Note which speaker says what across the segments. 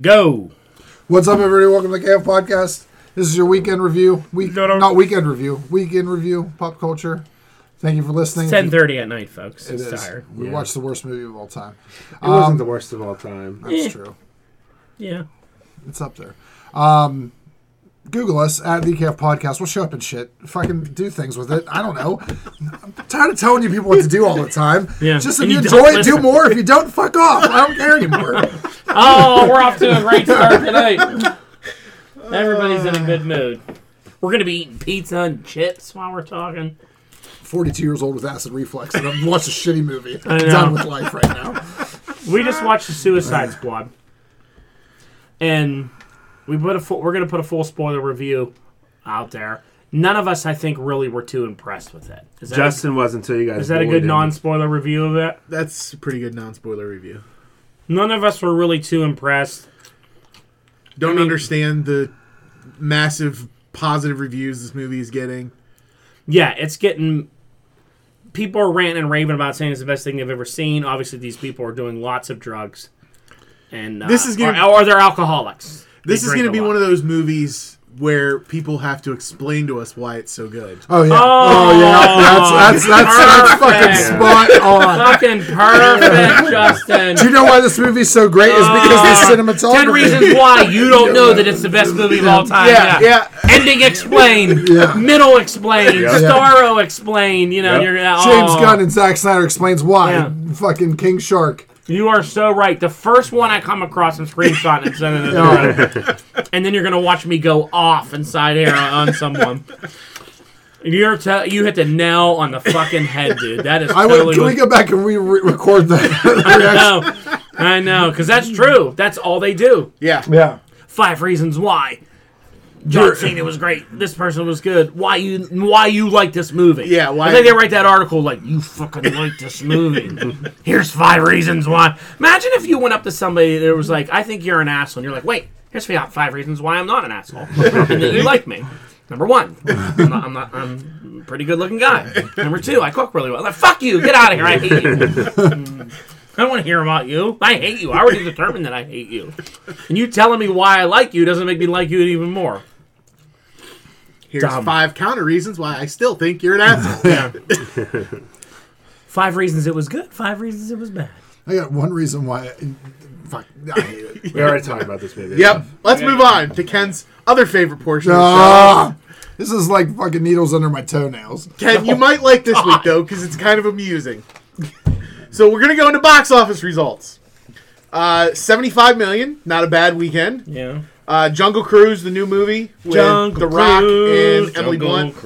Speaker 1: Go.
Speaker 2: What's up, everybody? Welcome to the KF Podcast. This is your weekend review. Week,
Speaker 1: No, no.
Speaker 2: Not weekend review. Weekend review, pop culture. Thank you for listening.
Speaker 1: Ten thirty at night, folks.
Speaker 2: It
Speaker 1: It's
Speaker 2: is.
Speaker 1: tired.
Speaker 2: We
Speaker 3: Yeah.
Speaker 2: watched the worst movie of all time.
Speaker 3: It
Speaker 1: Um,
Speaker 3: wasn't the worst of all time.
Speaker 2: That's
Speaker 1: Eh.
Speaker 2: true.
Speaker 1: Yeah.
Speaker 2: It's up there. Um, Google us at the KF Podcast. We'll show up and shit. Fucking do things with it. I don't know. I'm tired of telling you people what to do all the time.
Speaker 1: Yeah.
Speaker 2: Just if
Speaker 1: And
Speaker 2: you,
Speaker 1: you don't
Speaker 2: enjoy it, do
Speaker 1: listen.
Speaker 2: more. If you don't, fuck off. I don't care anymore.
Speaker 1: Oh, we're off to a great start tonight. Everybody's in a good mood. We're gonna be eating pizza and chips while we're talking.
Speaker 2: 42 years old with acid reflux, and I've watched a shitty movie.
Speaker 1: I
Speaker 2: I'm
Speaker 1: know.
Speaker 2: done with life right now.
Speaker 1: We just watched the Suicide Squad, and we put a full, we're gonna put a full spoiler review out there. None of us, I think, really were too impressed with it. Is that
Speaker 3: Justin was until you guys.
Speaker 1: is that a
Speaker 3: bullied
Speaker 1: good
Speaker 3: him.
Speaker 1: non-spoiler review of it?
Speaker 4: That's a pretty good non-spoiler review.
Speaker 1: None of us were really too impressed.
Speaker 4: Don't
Speaker 1: I mean-
Speaker 4: understand the massive positive reviews this movie is getting.
Speaker 1: yeah, it's getting. People are ranting and raving about saying it's the best thing they've ever seen. Obviously, these people are doing lots of drugs, and uh,
Speaker 4: This is gonna-
Speaker 1: or, or they're alcoholics. They
Speaker 4: This is
Speaker 1: drink
Speaker 4: going
Speaker 1: a
Speaker 4: to be
Speaker 1: lot.
Speaker 4: one of those movies where people have to explain to us why it's so good.
Speaker 2: Oh, yeah.
Speaker 1: Oh,
Speaker 2: That's, that's, that's, that's fucking
Speaker 1: perfect.
Speaker 2: spot on.
Speaker 1: fucking perfect, Justin.
Speaker 2: Do you know why this movie's so great? Is because the cinematography.
Speaker 1: Oh. Ten reasons why you don't know that it's the best movie of all time.
Speaker 4: Yeah,
Speaker 1: Ending explained.
Speaker 2: Yeah.
Speaker 1: Middle explained.
Speaker 3: Yeah.
Speaker 1: Starro explained. You know,
Speaker 3: Yep.
Speaker 1: you're gonna.
Speaker 2: James
Speaker 1: oh.
Speaker 2: Gunn and Zack Snyder explains why.
Speaker 1: Yeah.
Speaker 2: Fucking King Shark.
Speaker 1: You are so right. The first one I come across, I'm screenshotting and sending it to you. and then you're gonna watch me go off inside air on someone. You're te- you hit the nail on the fucking head, dude. That is
Speaker 2: I would.
Speaker 1: totally.
Speaker 2: can we go back and we re- record that?
Speaker 1: I know, I know, because that's true. That's all they do.
Speaker 4: Yeah.
Speaker 2: yeah.
Speaker 1: Five reasons why. John Cena was great. This person was good. Why you? Why you like this movie?
Speaker 4: Yeah, why-
Speaker 1: I think they write that article like you fucking like this movie. Here's five reasons why. Imagine if you went up to somebody that was like, "I think you're an asshole," and you're like, "Wait, here's five five reasons why I'm not an asshole, and that you like me." Number one, I'm, not, I'm, not, I'm a pretty good looking guy. Number two, I cook really well. Like, Fuck you, get out of here. I hate you. Mm. I don't want to hear about you. I hate you. I already determined that I hate you. And you telling me why I like you doesn't make me like you even more.
Speaker 4: Here's
Speaker 1: Dumb.
Speaker 4: five counter reasons why I still think you're an asshole.
Speaker 1: Yeah. Five reasons it was good. Five reasons it was bad.
Speaker 2: I got one reason why. Fuck. I hate it.
Speaker 3: We already talked about this movie.
Speaker 4: yep. Let's move on to Ken's other favorite portion of
Speaker 2: Ah, this is like fucking needles under my toenails.
Speaker 4: the show. Ken, you might like this week though because it's kind of amusing. so we're gonna go into box office results. Uh, 75 million, not a bad weekend.
Speaker 1: Yeah.
Speaker 4: Uh, Jungle Cruise, the new movie with The Rock and Emily Blunt,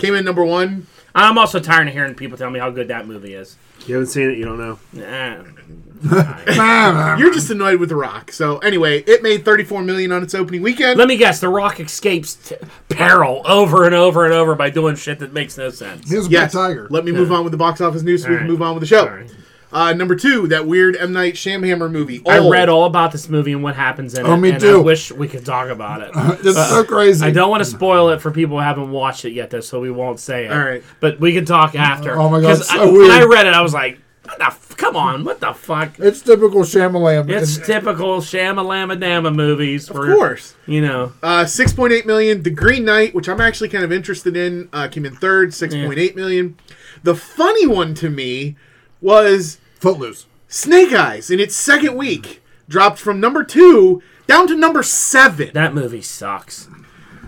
Speaker 4: came in number one.
Speaker 1: I'm also tired of hearing people tell me how good that movie is.
Speaker 3: You haven't seen it. You don't know.
Speaker 1: Nah.
Speaker 4: You're just annoyed with The Rock. So anyway, it made 34 million on its opening weekend.
Speaker 1: Let me guess. The Rock escapes t- peril over and over and over by doing shit that makes no sense.
Speaker 2: He was a
Speaker 4: yes.
Speaker 2: big tiger.
Speaker 4: Let me move on with the box office news so we
Speaker 1: All
Speaker 4: can
Speaker 1: right.
Speaker 4: move on with the show.
Speaker 1: Sorry.
Speaker 4: Uh, number two, that weird M Night Shamhammer movie. Oh,
Speaker 1: I
Speaker 4: Old.
Speaker 1: read all about this movie and what happens in it.
Speaker 2: Oh, me
Speaker 1: and I
Speaker 2: too.
Speaker 1: wish we could talk about it.
Speaker 2: This is so crazy.
Speaker 1: Uh, I don't want to spoil it for people who haven't watched it yet, though, so we won't say it.
Speaker 4: All right.
Speaker 1: but we can talk after.
Speaker 2: Oh my God,
Speaker 1: 'Cause
Speaker 2: so
Speaker 1: I,
Speaker 2: weird.
Speaker 1: When I read it, I was like, what the f- "Come on, what the fuck?"
Speaker 2: It's typical Shyamalan.
Speaker 1: It's
Speaker 2: And-
Speaker 1: typical Shamalamadama movies. For,
Speaker 4: Of course.
Speaker 1: you know.
Speaker 4: Uh, 6.8 million. The Green Knight, which I'm actually kind of interested in, uh, came in third, Six point eight million. The funny one to me was
Speaker 2: Footloose.
Speaker 4: Snake Eyes in its second week dropped from number two down to number seven.
Speaker 1: That movie sucks.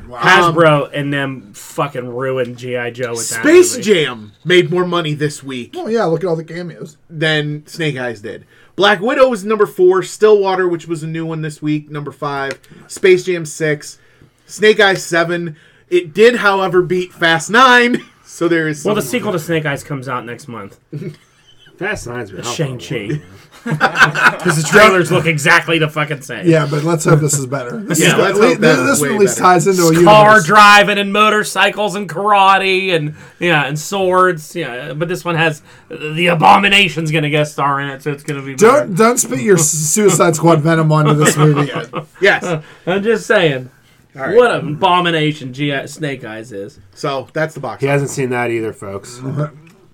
Speaker 1: Hasbro and them fucking ruined GI Joe with that.
Speaker 4: Space
Speaker 1: movie.
Speaker 4: Jam made more money this week
Speaker 2: Oh yeah, look at all the cameos.
Speaker 4: than Snake Eyes did. Black Widow was number four. Stillwater, which was a new one this week, number five. Space Jam six. Snake Eyes seven. It did, however, beat Fast Nine. So there is
Speaker 1: Well, the
Speaker 4: some-
Speaker 1: sequel to Snake Eyes comes out next month.
Speaker 3: Fast Nine's been out for a
Speaker 1: Shang Chi.
Speaker 3: while.
Speaker 1: Because the trailers look exactly the fucking same.
Speaker 2: Yeah, but let's hope this is better. This
Speaker 1: Yeah,
Speaker 2: is,
Speaker 4: let's
Speaker 2: at
Speaker 4: hope
Speaker 2: least-
Speaker 4: that
Speaker 2: this
Speaker 4: is way
Speaker 2: one at least
Speaker 4: better.
Speaker 2: ties into a
Speaker 1: car
Speaker 2: universe.
Speaker 1: driving and motorcycles and karate and yeah and swords yeah but this one has the abomination's gonna guest star in it so it's gonna be
Speaker 2: Don't
Speaker 1: better.
Speaker 2: don't spit your Suicide Squad venom onto this movie yet.
Speaker 4: yes.
Speaker 1: i'm just saying
Speaker 4: right.
Speaker 1: what an abomination G- snake eyes is
Speaker 4: So that's the box.
Speaker 3: He hasn't seen that either, folks.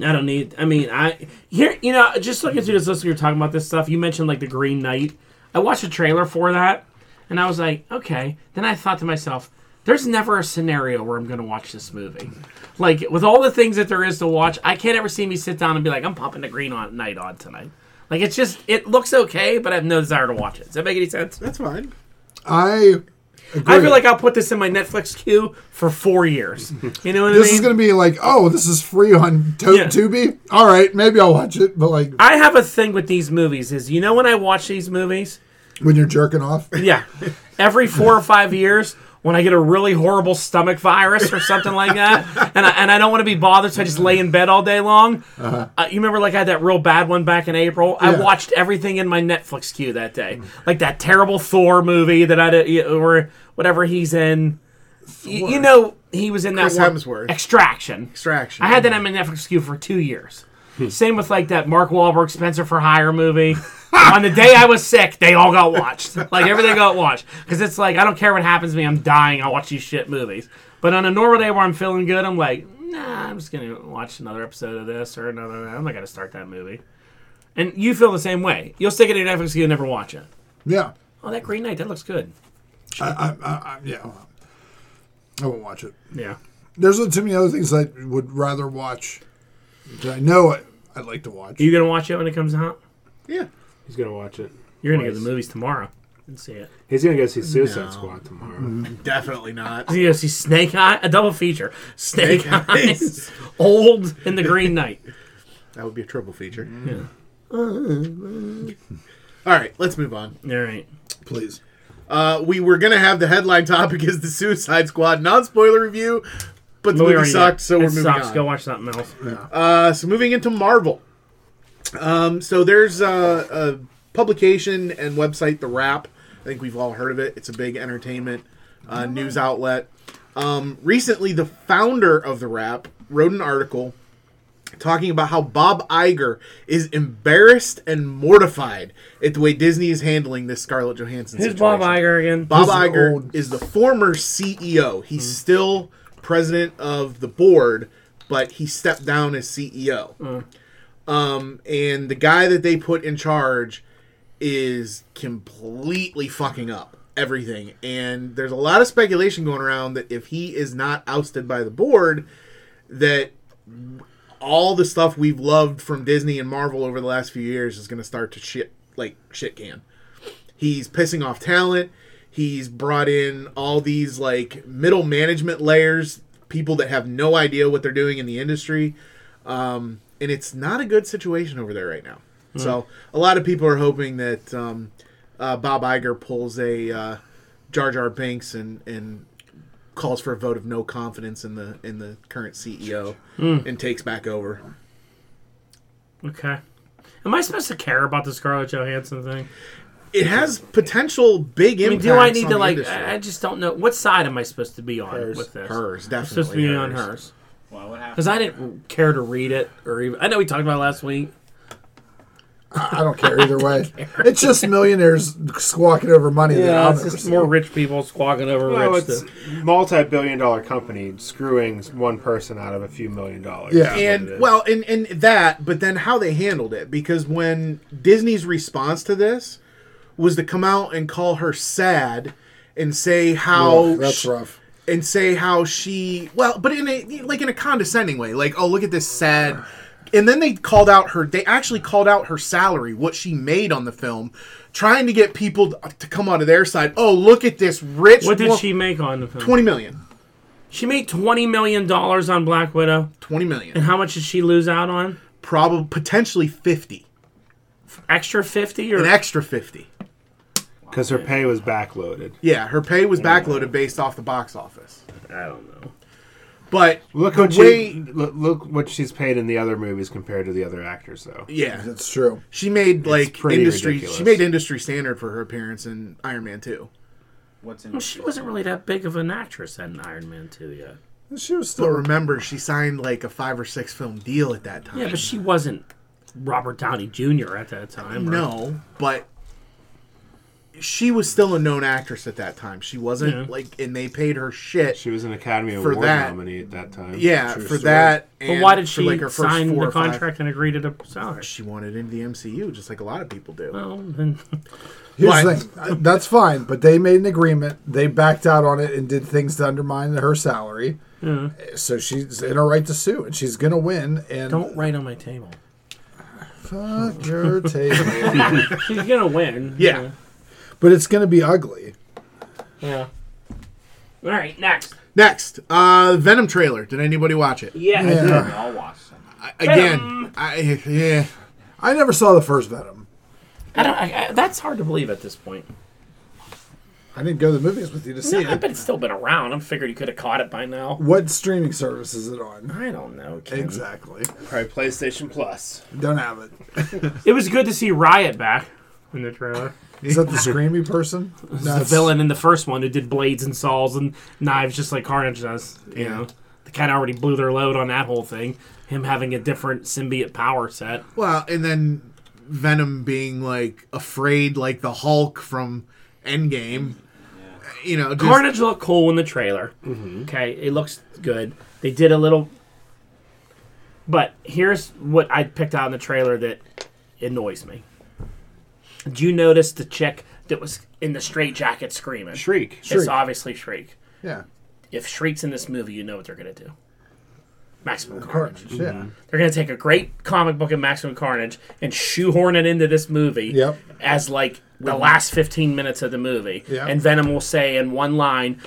Speaker 1: i don't need i mean i here you know just looking through this list we were talking about this stuff you mentioned like the green knight i watched a trailer for that And I was like, okay. Then I thought to myself, there's never a scenario where I'm going to watch this movie. Like, with all the things that there is to watch, I can't ever see me sit down and be like, I'm popping the green on night on tonight. Like, it's just, it looks okay, but I have no desire to watch it. Does that make any sense?
Speaker 4: That's fine.
Speaker 2: I agree.
Speaker 1: I feel like I'll put this in my Netflix queue for four years. You know what I
Speaker 2: this
Speaker 1: mean?
Speaker 2: is going to be like, oh, this is free on to-
Speaker 1: Yeah.
Speaker 2: Tubi. All right, maybe I'll watch it. But like
Speaker 1: I have a thing with these movies is, you know, when I watch these movies,
Speaker 2: when you're jerking off,
Speaker 1: Yeah. Every four or five years, when I get a really horrible stomach virus or something like that, and I, and I don't want to be bothered, so I just lay in bed all day long.
Speaker 4: Uh-huh.
Speaker 1: uh you remember, like, I had that real bad one back in April? I
Speaker 2: Yeah.
Speaker 1: watched everything in my Netflix queue that day. Like that terrible Thor movie that I did, or whatever he's in. Y- you know, he was in that
Speaker 4: Chris
Speaker 1: one.
Speaker 4: Hemsworth.
Speaker 1: Extraction.
Speaker 4: Extraction.
Speaker 1: I had that on my Netflix queue for two years. Same with like that Mark Wahlberg Spencer for Hire movie. on the day I was sick, they all got watched. Like everything got watched because it's like I don't care what happens to me. I'm dying. I watch these shit movies. But on a normal day where I'm feeling good, I'm like, nah, I'm just gonna watch another episode of this or another. I'm not gonna start that movie. And you feel the same way. You'll stick it in your Netflix queue and never watch it.
Speaker 2: yeah,
Speaker 1: Oh, that Green Knight, that looks good.
Speaker 2: I, I, I, yeah, I won't watch it.
Speaker 1: Yeah.
Speaker 2: There's too many other things I would rather watch that I know I, I'd like to watch.
Speaker 1: Are you gonna watch it when it comes out?
Speaker 4: Yeah.
Speaker 3: He's gonna watch it.
Speaker 1: You're gonna go to the movies tomorrow and see it.
Speaker 3: He's gonna go see Suicide Squad tomorrow.
Speaker 4: Mm-hmm. Definitely not.
Speaker 1: You go see Snake Eye, a double feature. Snake,
Speaker 4: Snake Eyes.
Speaker 1: Eyes, Old, and The Green Knight.
Speaker 4: That would be a triple feature.
Speaker 1: Mm-hmm.
Speaker 4: All right, let's move on.
Speaker 1: All right.
Speaker 2: Please.
Speaker 4: Uh, we were gonna have the headline topic is the Suicide Squad non-spoiler review, but the
Speaker 1: But we
Speaker 4: movie
Speaker 1: already
Speaker 4: sucked,
Speaker 1: did.
Speaker 4: so
Speaker 1: It
Speaker 4: we're moving
Speaker 1: sucks.
Speaker 4: on.
Speaker 1: Go watch something else.
Speaker 4: Uh, so moving into Marvel. Um, so there's uh, a publication and website, The Wrap. I think we've all heard of it. It's a big entertainment uh, news outlet. Um, recently, the founder of The Wrap wrote an article talking about how Bob Iger is embarrassed and mortified at the way Disney is handling this Scarlett Johansson
Speaker 1: Who's
Speaker 4: situation.
Speaker 1: Bob Iger again?
Speaker 4: Bob
Speaker 2: This is
Speaker 4: Iger
Speaker 2: old.
Speaker 4: is the former CEO. He's still president of the board, but he stepped down as CEO. Um, and the guy that they put in charge is completely fucking up everything. And there's a lot of speculation going around that if he is not ousted by the board, that all the stuff we've loved from Disney and Marvel over the last few years is going to start to shit like shit can. He's pissing off talent. He's brought in all these like middle management layers, people that have no idea what they're doing in the industry, um, and it's not a good situation over there right now.
Speaker 1: Hmm.
Speaker 4: So a lot of people are hoping that um, uh, Bob Iger pulls a uh, Jar Jar Binks and and calls for a vote of no confidence in the in the current CEO
Speaker 1: Hmm.
Speaker 4: and takes back over.
Speaker 1: Okay. Am I supposed to care about the Scarlett Johansson thing?
Speaker 4: It has potential big
Speaker 1: I mean,
Speaker 4: impacts.
Speaker 1: do I need
Speaker 4: on
Speaker 1: to
Speaker 4: the
Speaker 1: like?
Speaker 4: industry.
Speaker 1: I I just don't know. What side am I supposed to be on with this?
Speaker 4: hers
Speaker 1: I'm
Speaker 4: definitely
Speaker 1: supposed to be on hers
Speaker 5: Well, what
Speaker 1: because
Speaker 5: happened?
Speaker 1: I didn't care to read it or even. I know we talked about it last week.
Speaker 2: I don't care either way. It's just millionaires squawking over money that
Speaker 1: Yeah,
Speaker 2: I'll
Speaker 1: it's
Speaker 2: never
Speaker 1: just
Speaker 2: see.
Speaker 1: more rich people squawking over
Speaker 3: Well,
Speaker 1: rich.
Speaker 3: it's
Speaker 1: stuff.
Speaker 3: multi-billion-dollar company screwing one person out of a few million dollars.
Speaker 2: Yeah.
Speaker 3: is what it
Speaker 4: and
Speaker 3: is.
Speaker 4: well and and that but then how they handled it because when disney's response to this was to come out and call her sad and say how
Speaker 2: Ugh, that's
Speaker 4: sh-
Speaker 2: rough.
Speaker 4: and say how she well but in a like in a condescending way like oh look at this sad and then they called out her they actually called out her salary what she made on the film trying to get people to to come out of their side oh look at this rich
Speaker 1: What did
Speaker 4: wo-
Speaker 1: she make on the film?
Speaker 4: 20 million
Speaker 1: She made twenty million dollars on Black Widow.
Speaker 4: 20 million
Speaker 1: And how much did she lose out on?
Speaker 4: probably potentially 50
Speaker 1: Extra fifty or
Speaker 4: an extra 50
Speaker 3: because her pay was backloaded.
Speaker 4: Yeah, her pay was backloaded based off the box office.
Speaker 1: I don't know.
Speaker 4: But
Speaker 3: Look
Speaker 4: the
Speaker 3: what
Speaker 4: way,
Speaker 3: she, look, look what she's paid in the other movies compared to the other actors, though.
Speaker 4: yeah,
Speaker 2: It's true.
Speaker 4: she made like
Speaker 3: pretty
Speaker 4: industry. She
Speaker 3: ridiculous.
Speaker 4: made industry standard for her appearance in Iron Man Two.
Speaker 5: What's in
Speaker 1: Well, she wasn't really that big of an actress in Iron Man 2 yet.
Speaker 2: She was
Speaker 4: But
Speaker 2: still.
Speaker 4: remember, she signed like a five or six film deal at that time.
Speaker 1: Yeah, but she wasn't Robert Downey Jr. at that time. or-
Speaker 4: no, but she was still a known actress at that time. She wasn't
Speaker 1: Yeah.
Speaker 4: like, and they paid her shit.
Speaker 3: She was an Academy
Speaker 4: For
Speaker 3: Award
Speaker 4: that-
Speaker 3: nominee at that time.
Speaker 4: yeah,
Speaker 3: True
Speaker 4: for
Speaker 3: story.
Speaker 4: that.
Speaker 1: But
Speaker 4: And
Speaker 1: why did
Speaker 4: for,
Speaker 1: she
Speaker 4: like, her first
Speaker 1: sign
Speaker 4: four
Speaker 1: the
Speaker 4: or five-
Speaker 1: contract and agree to the salary?
Speaker 4: She wanted into the MCU, just like a lot of people do.
Speaker 1: Well, then
Speaker 2: Here's the
Speaker 4: Why?
Speaker 2: thing. That's fine, but they made an agreement. They backed out on it and did things to undermine her salary. So she's in her right to sue, and she's gonna win. And
Speaker 1: don't write on my table.
Speaker 2: fuck your table.
Speaker 1: She's gonna win.
Speaker 4: Yeah.
Speaker 2: but it's gonna be ugly.
Speaker 1: Yeah. All right, next.
Speaker 4: Next, uh, Venom trailer. Did anybody watch it?
Speaker 1: Yeah, I did.
Speaker 2: Yeah.
Speaker 1: I'll watch some.
Speaker 4: I- Again, I yeah.
Speaker 2: I never saw the first Venom.
Speaker 1: I don't. I, I, that's hard to believe at this point.
Speaker 2: I didn't go to the movies with you to see
Speaker 1: I
Speaker 2: it.
Speaker 1: bet it's still been around. I'm figured you could have caught it by now.
Speaker 2: What streaming service is it on?
Speaker 1: I don't know. Ken.
Speaker 2: Exactly.
Speaker 3: Probably PlayStation Plus.
Speaker 2: Don't have it.
Speaker 1: It was good to see Riot back in the trailer.
Speaker 2: Is that the screamy person?
Speaker 1: the villain in the first one who did blades and saws and knives just like Carnage does. You know, they kind of already blew their load on that whole thing. Him having a different symbiote power set.
Speaker 4: Well, and then Venom being like afraid, like the Hulk from Endgame. You know, just,
Speaker 1: Carnage looked cool in the trailer. Okay, it looks good. They did a little, but here's what I picked out in the trailer that annoys me. Did you notice the chick that was in the straight jacket screaming?
Speaker 3: Shriek.
Speaker 1: It's
Speaker 2: Shriek.
Speaker 1: obviously Shriek.
Speaker 2: Yeah.
Speaker 1: If Shriek's in this movie, you know what they're gonna do. Maximum Carnage.
Speaker 2: Carnage. Yeah.
Speaker 1: They're gonna take a great comic book of Maximum Carnage and shoehorn it into this movie
Speaker 2: Yep.
Speaker 1: as like the last fifteen minutes of the movie.
Speaker 2: Yeah.
Speaker 1: And Venom will say in one line,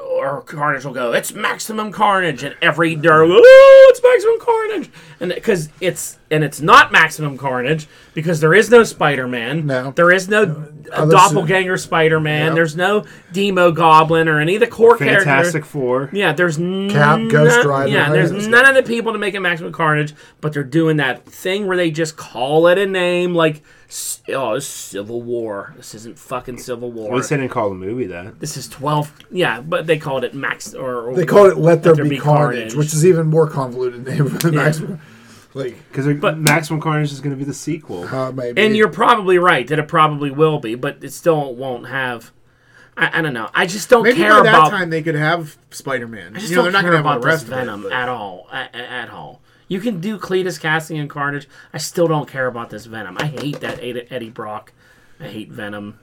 Speaker 1: or Carnage will go, "It's Maximum Carnage," and every door, "Ooh, it's Maximum Carnage," and because it's and it's not Maximum Carnage because there is no Spider Man,
Speaker 2: No.
Speaker 1: there is no uh,
Speaker 2: Other
Speaker 1: doppelganger Spider Man,
Speaker 2: Yep.
Speaker 1: there's no Demo Goblin or any of the core characters.
Speaker 3: Fantastic Four.
Speaker 1: Yeah, there's
Speaker 2: Cap,
Speaker 1: none-
Speaker 2: Ghost Rider,
Speaker 1: Yeah,
Speaker 2: right?
Speaker 1: there's
Speaker 2: Those
Speaker 1: none of the people to make a Maximum Carnage, but they're doing that thing where they just call it a name like, s- oh, it's Civil War. This isn't fucking Civil War.
Speaker 3: At least they didn't call the movie that.
Speaker 1: this is twelve. Yeah, but they called it Max or, or
Speaker 2: They called it "Let There, Be, Carnage," which is even more convoluted name than
Speaker 1: Yeah.
Speaker 2: Maximum. Like,
Speaker 3: Because Maximum Carnage is going to be the sequel.
Speaker 2: uh, maybe.
Speaker 1: And you're probably right that it probably will be, but it still won't have. I, I don't know. I just don't
Speaker 4: maybe
Speaker 1: care
Speaker 4: by that
Speaker 1: about.
Speaker 4: time they could have Spider Man.
Speaker 1: I just
Speaker 4: You know,
Speaker 1: don't
Speaker 4: they're not
Speaker 1: care
Speaker 4: going to have all
Speaker 1: about
Speaker 4: the rest
Speaker 1: this
Speaker 4: of it,
Speaker 1: Venom
Speaker 4: but-
Speaker 1: at all. At, at all. You can do Cletus casting and Carnage. I still don't care about this Venom. I hate that Ed- Eddie Brock. I hate Venom.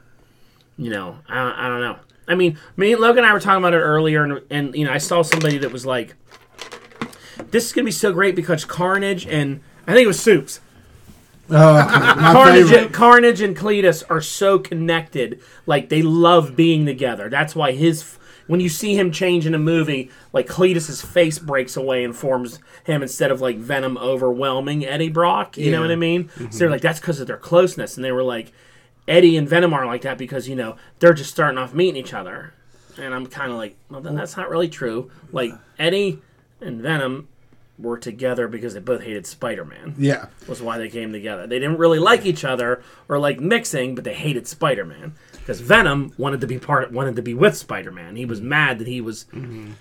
Speaker 1: You know, I, I don't know. I mean, me and Logan and I were talking about it earlier, and, and you know, I saw somebody that was like, "This is gonna be so great because Carnage and I think it was Soups.
Speaker 2: My
Speaker 1: Carnage,
Speaker 2: favorite.
Speaker 1: and, Carnage and Cletus are so connected. Like they love being together. That's why his when you see him change in a movie, like Cletus's face breaks away and forms him instead of like Venom overwhelming Eddie Brock. You know
Speaker 4: Yeah.
Speaker 1: what I mean?
Speaker 2: Mm-hmm.
Speaker 1: So they're like that's because of their closeness, and they were like Eddie and Venom are like that because you know they're just starting off meeting each other. And I'm kind of like, well, then that's not really true. Like Eddie and Venom were together because they both hated Spider-Man
Speaker 2: Yeah.
Speaker 1: was why they came together. They didn't really like each other or like mixing, but they hated Spider-Man because Venom wanted to be part wanted to be with Spider-Man. He was mad that he was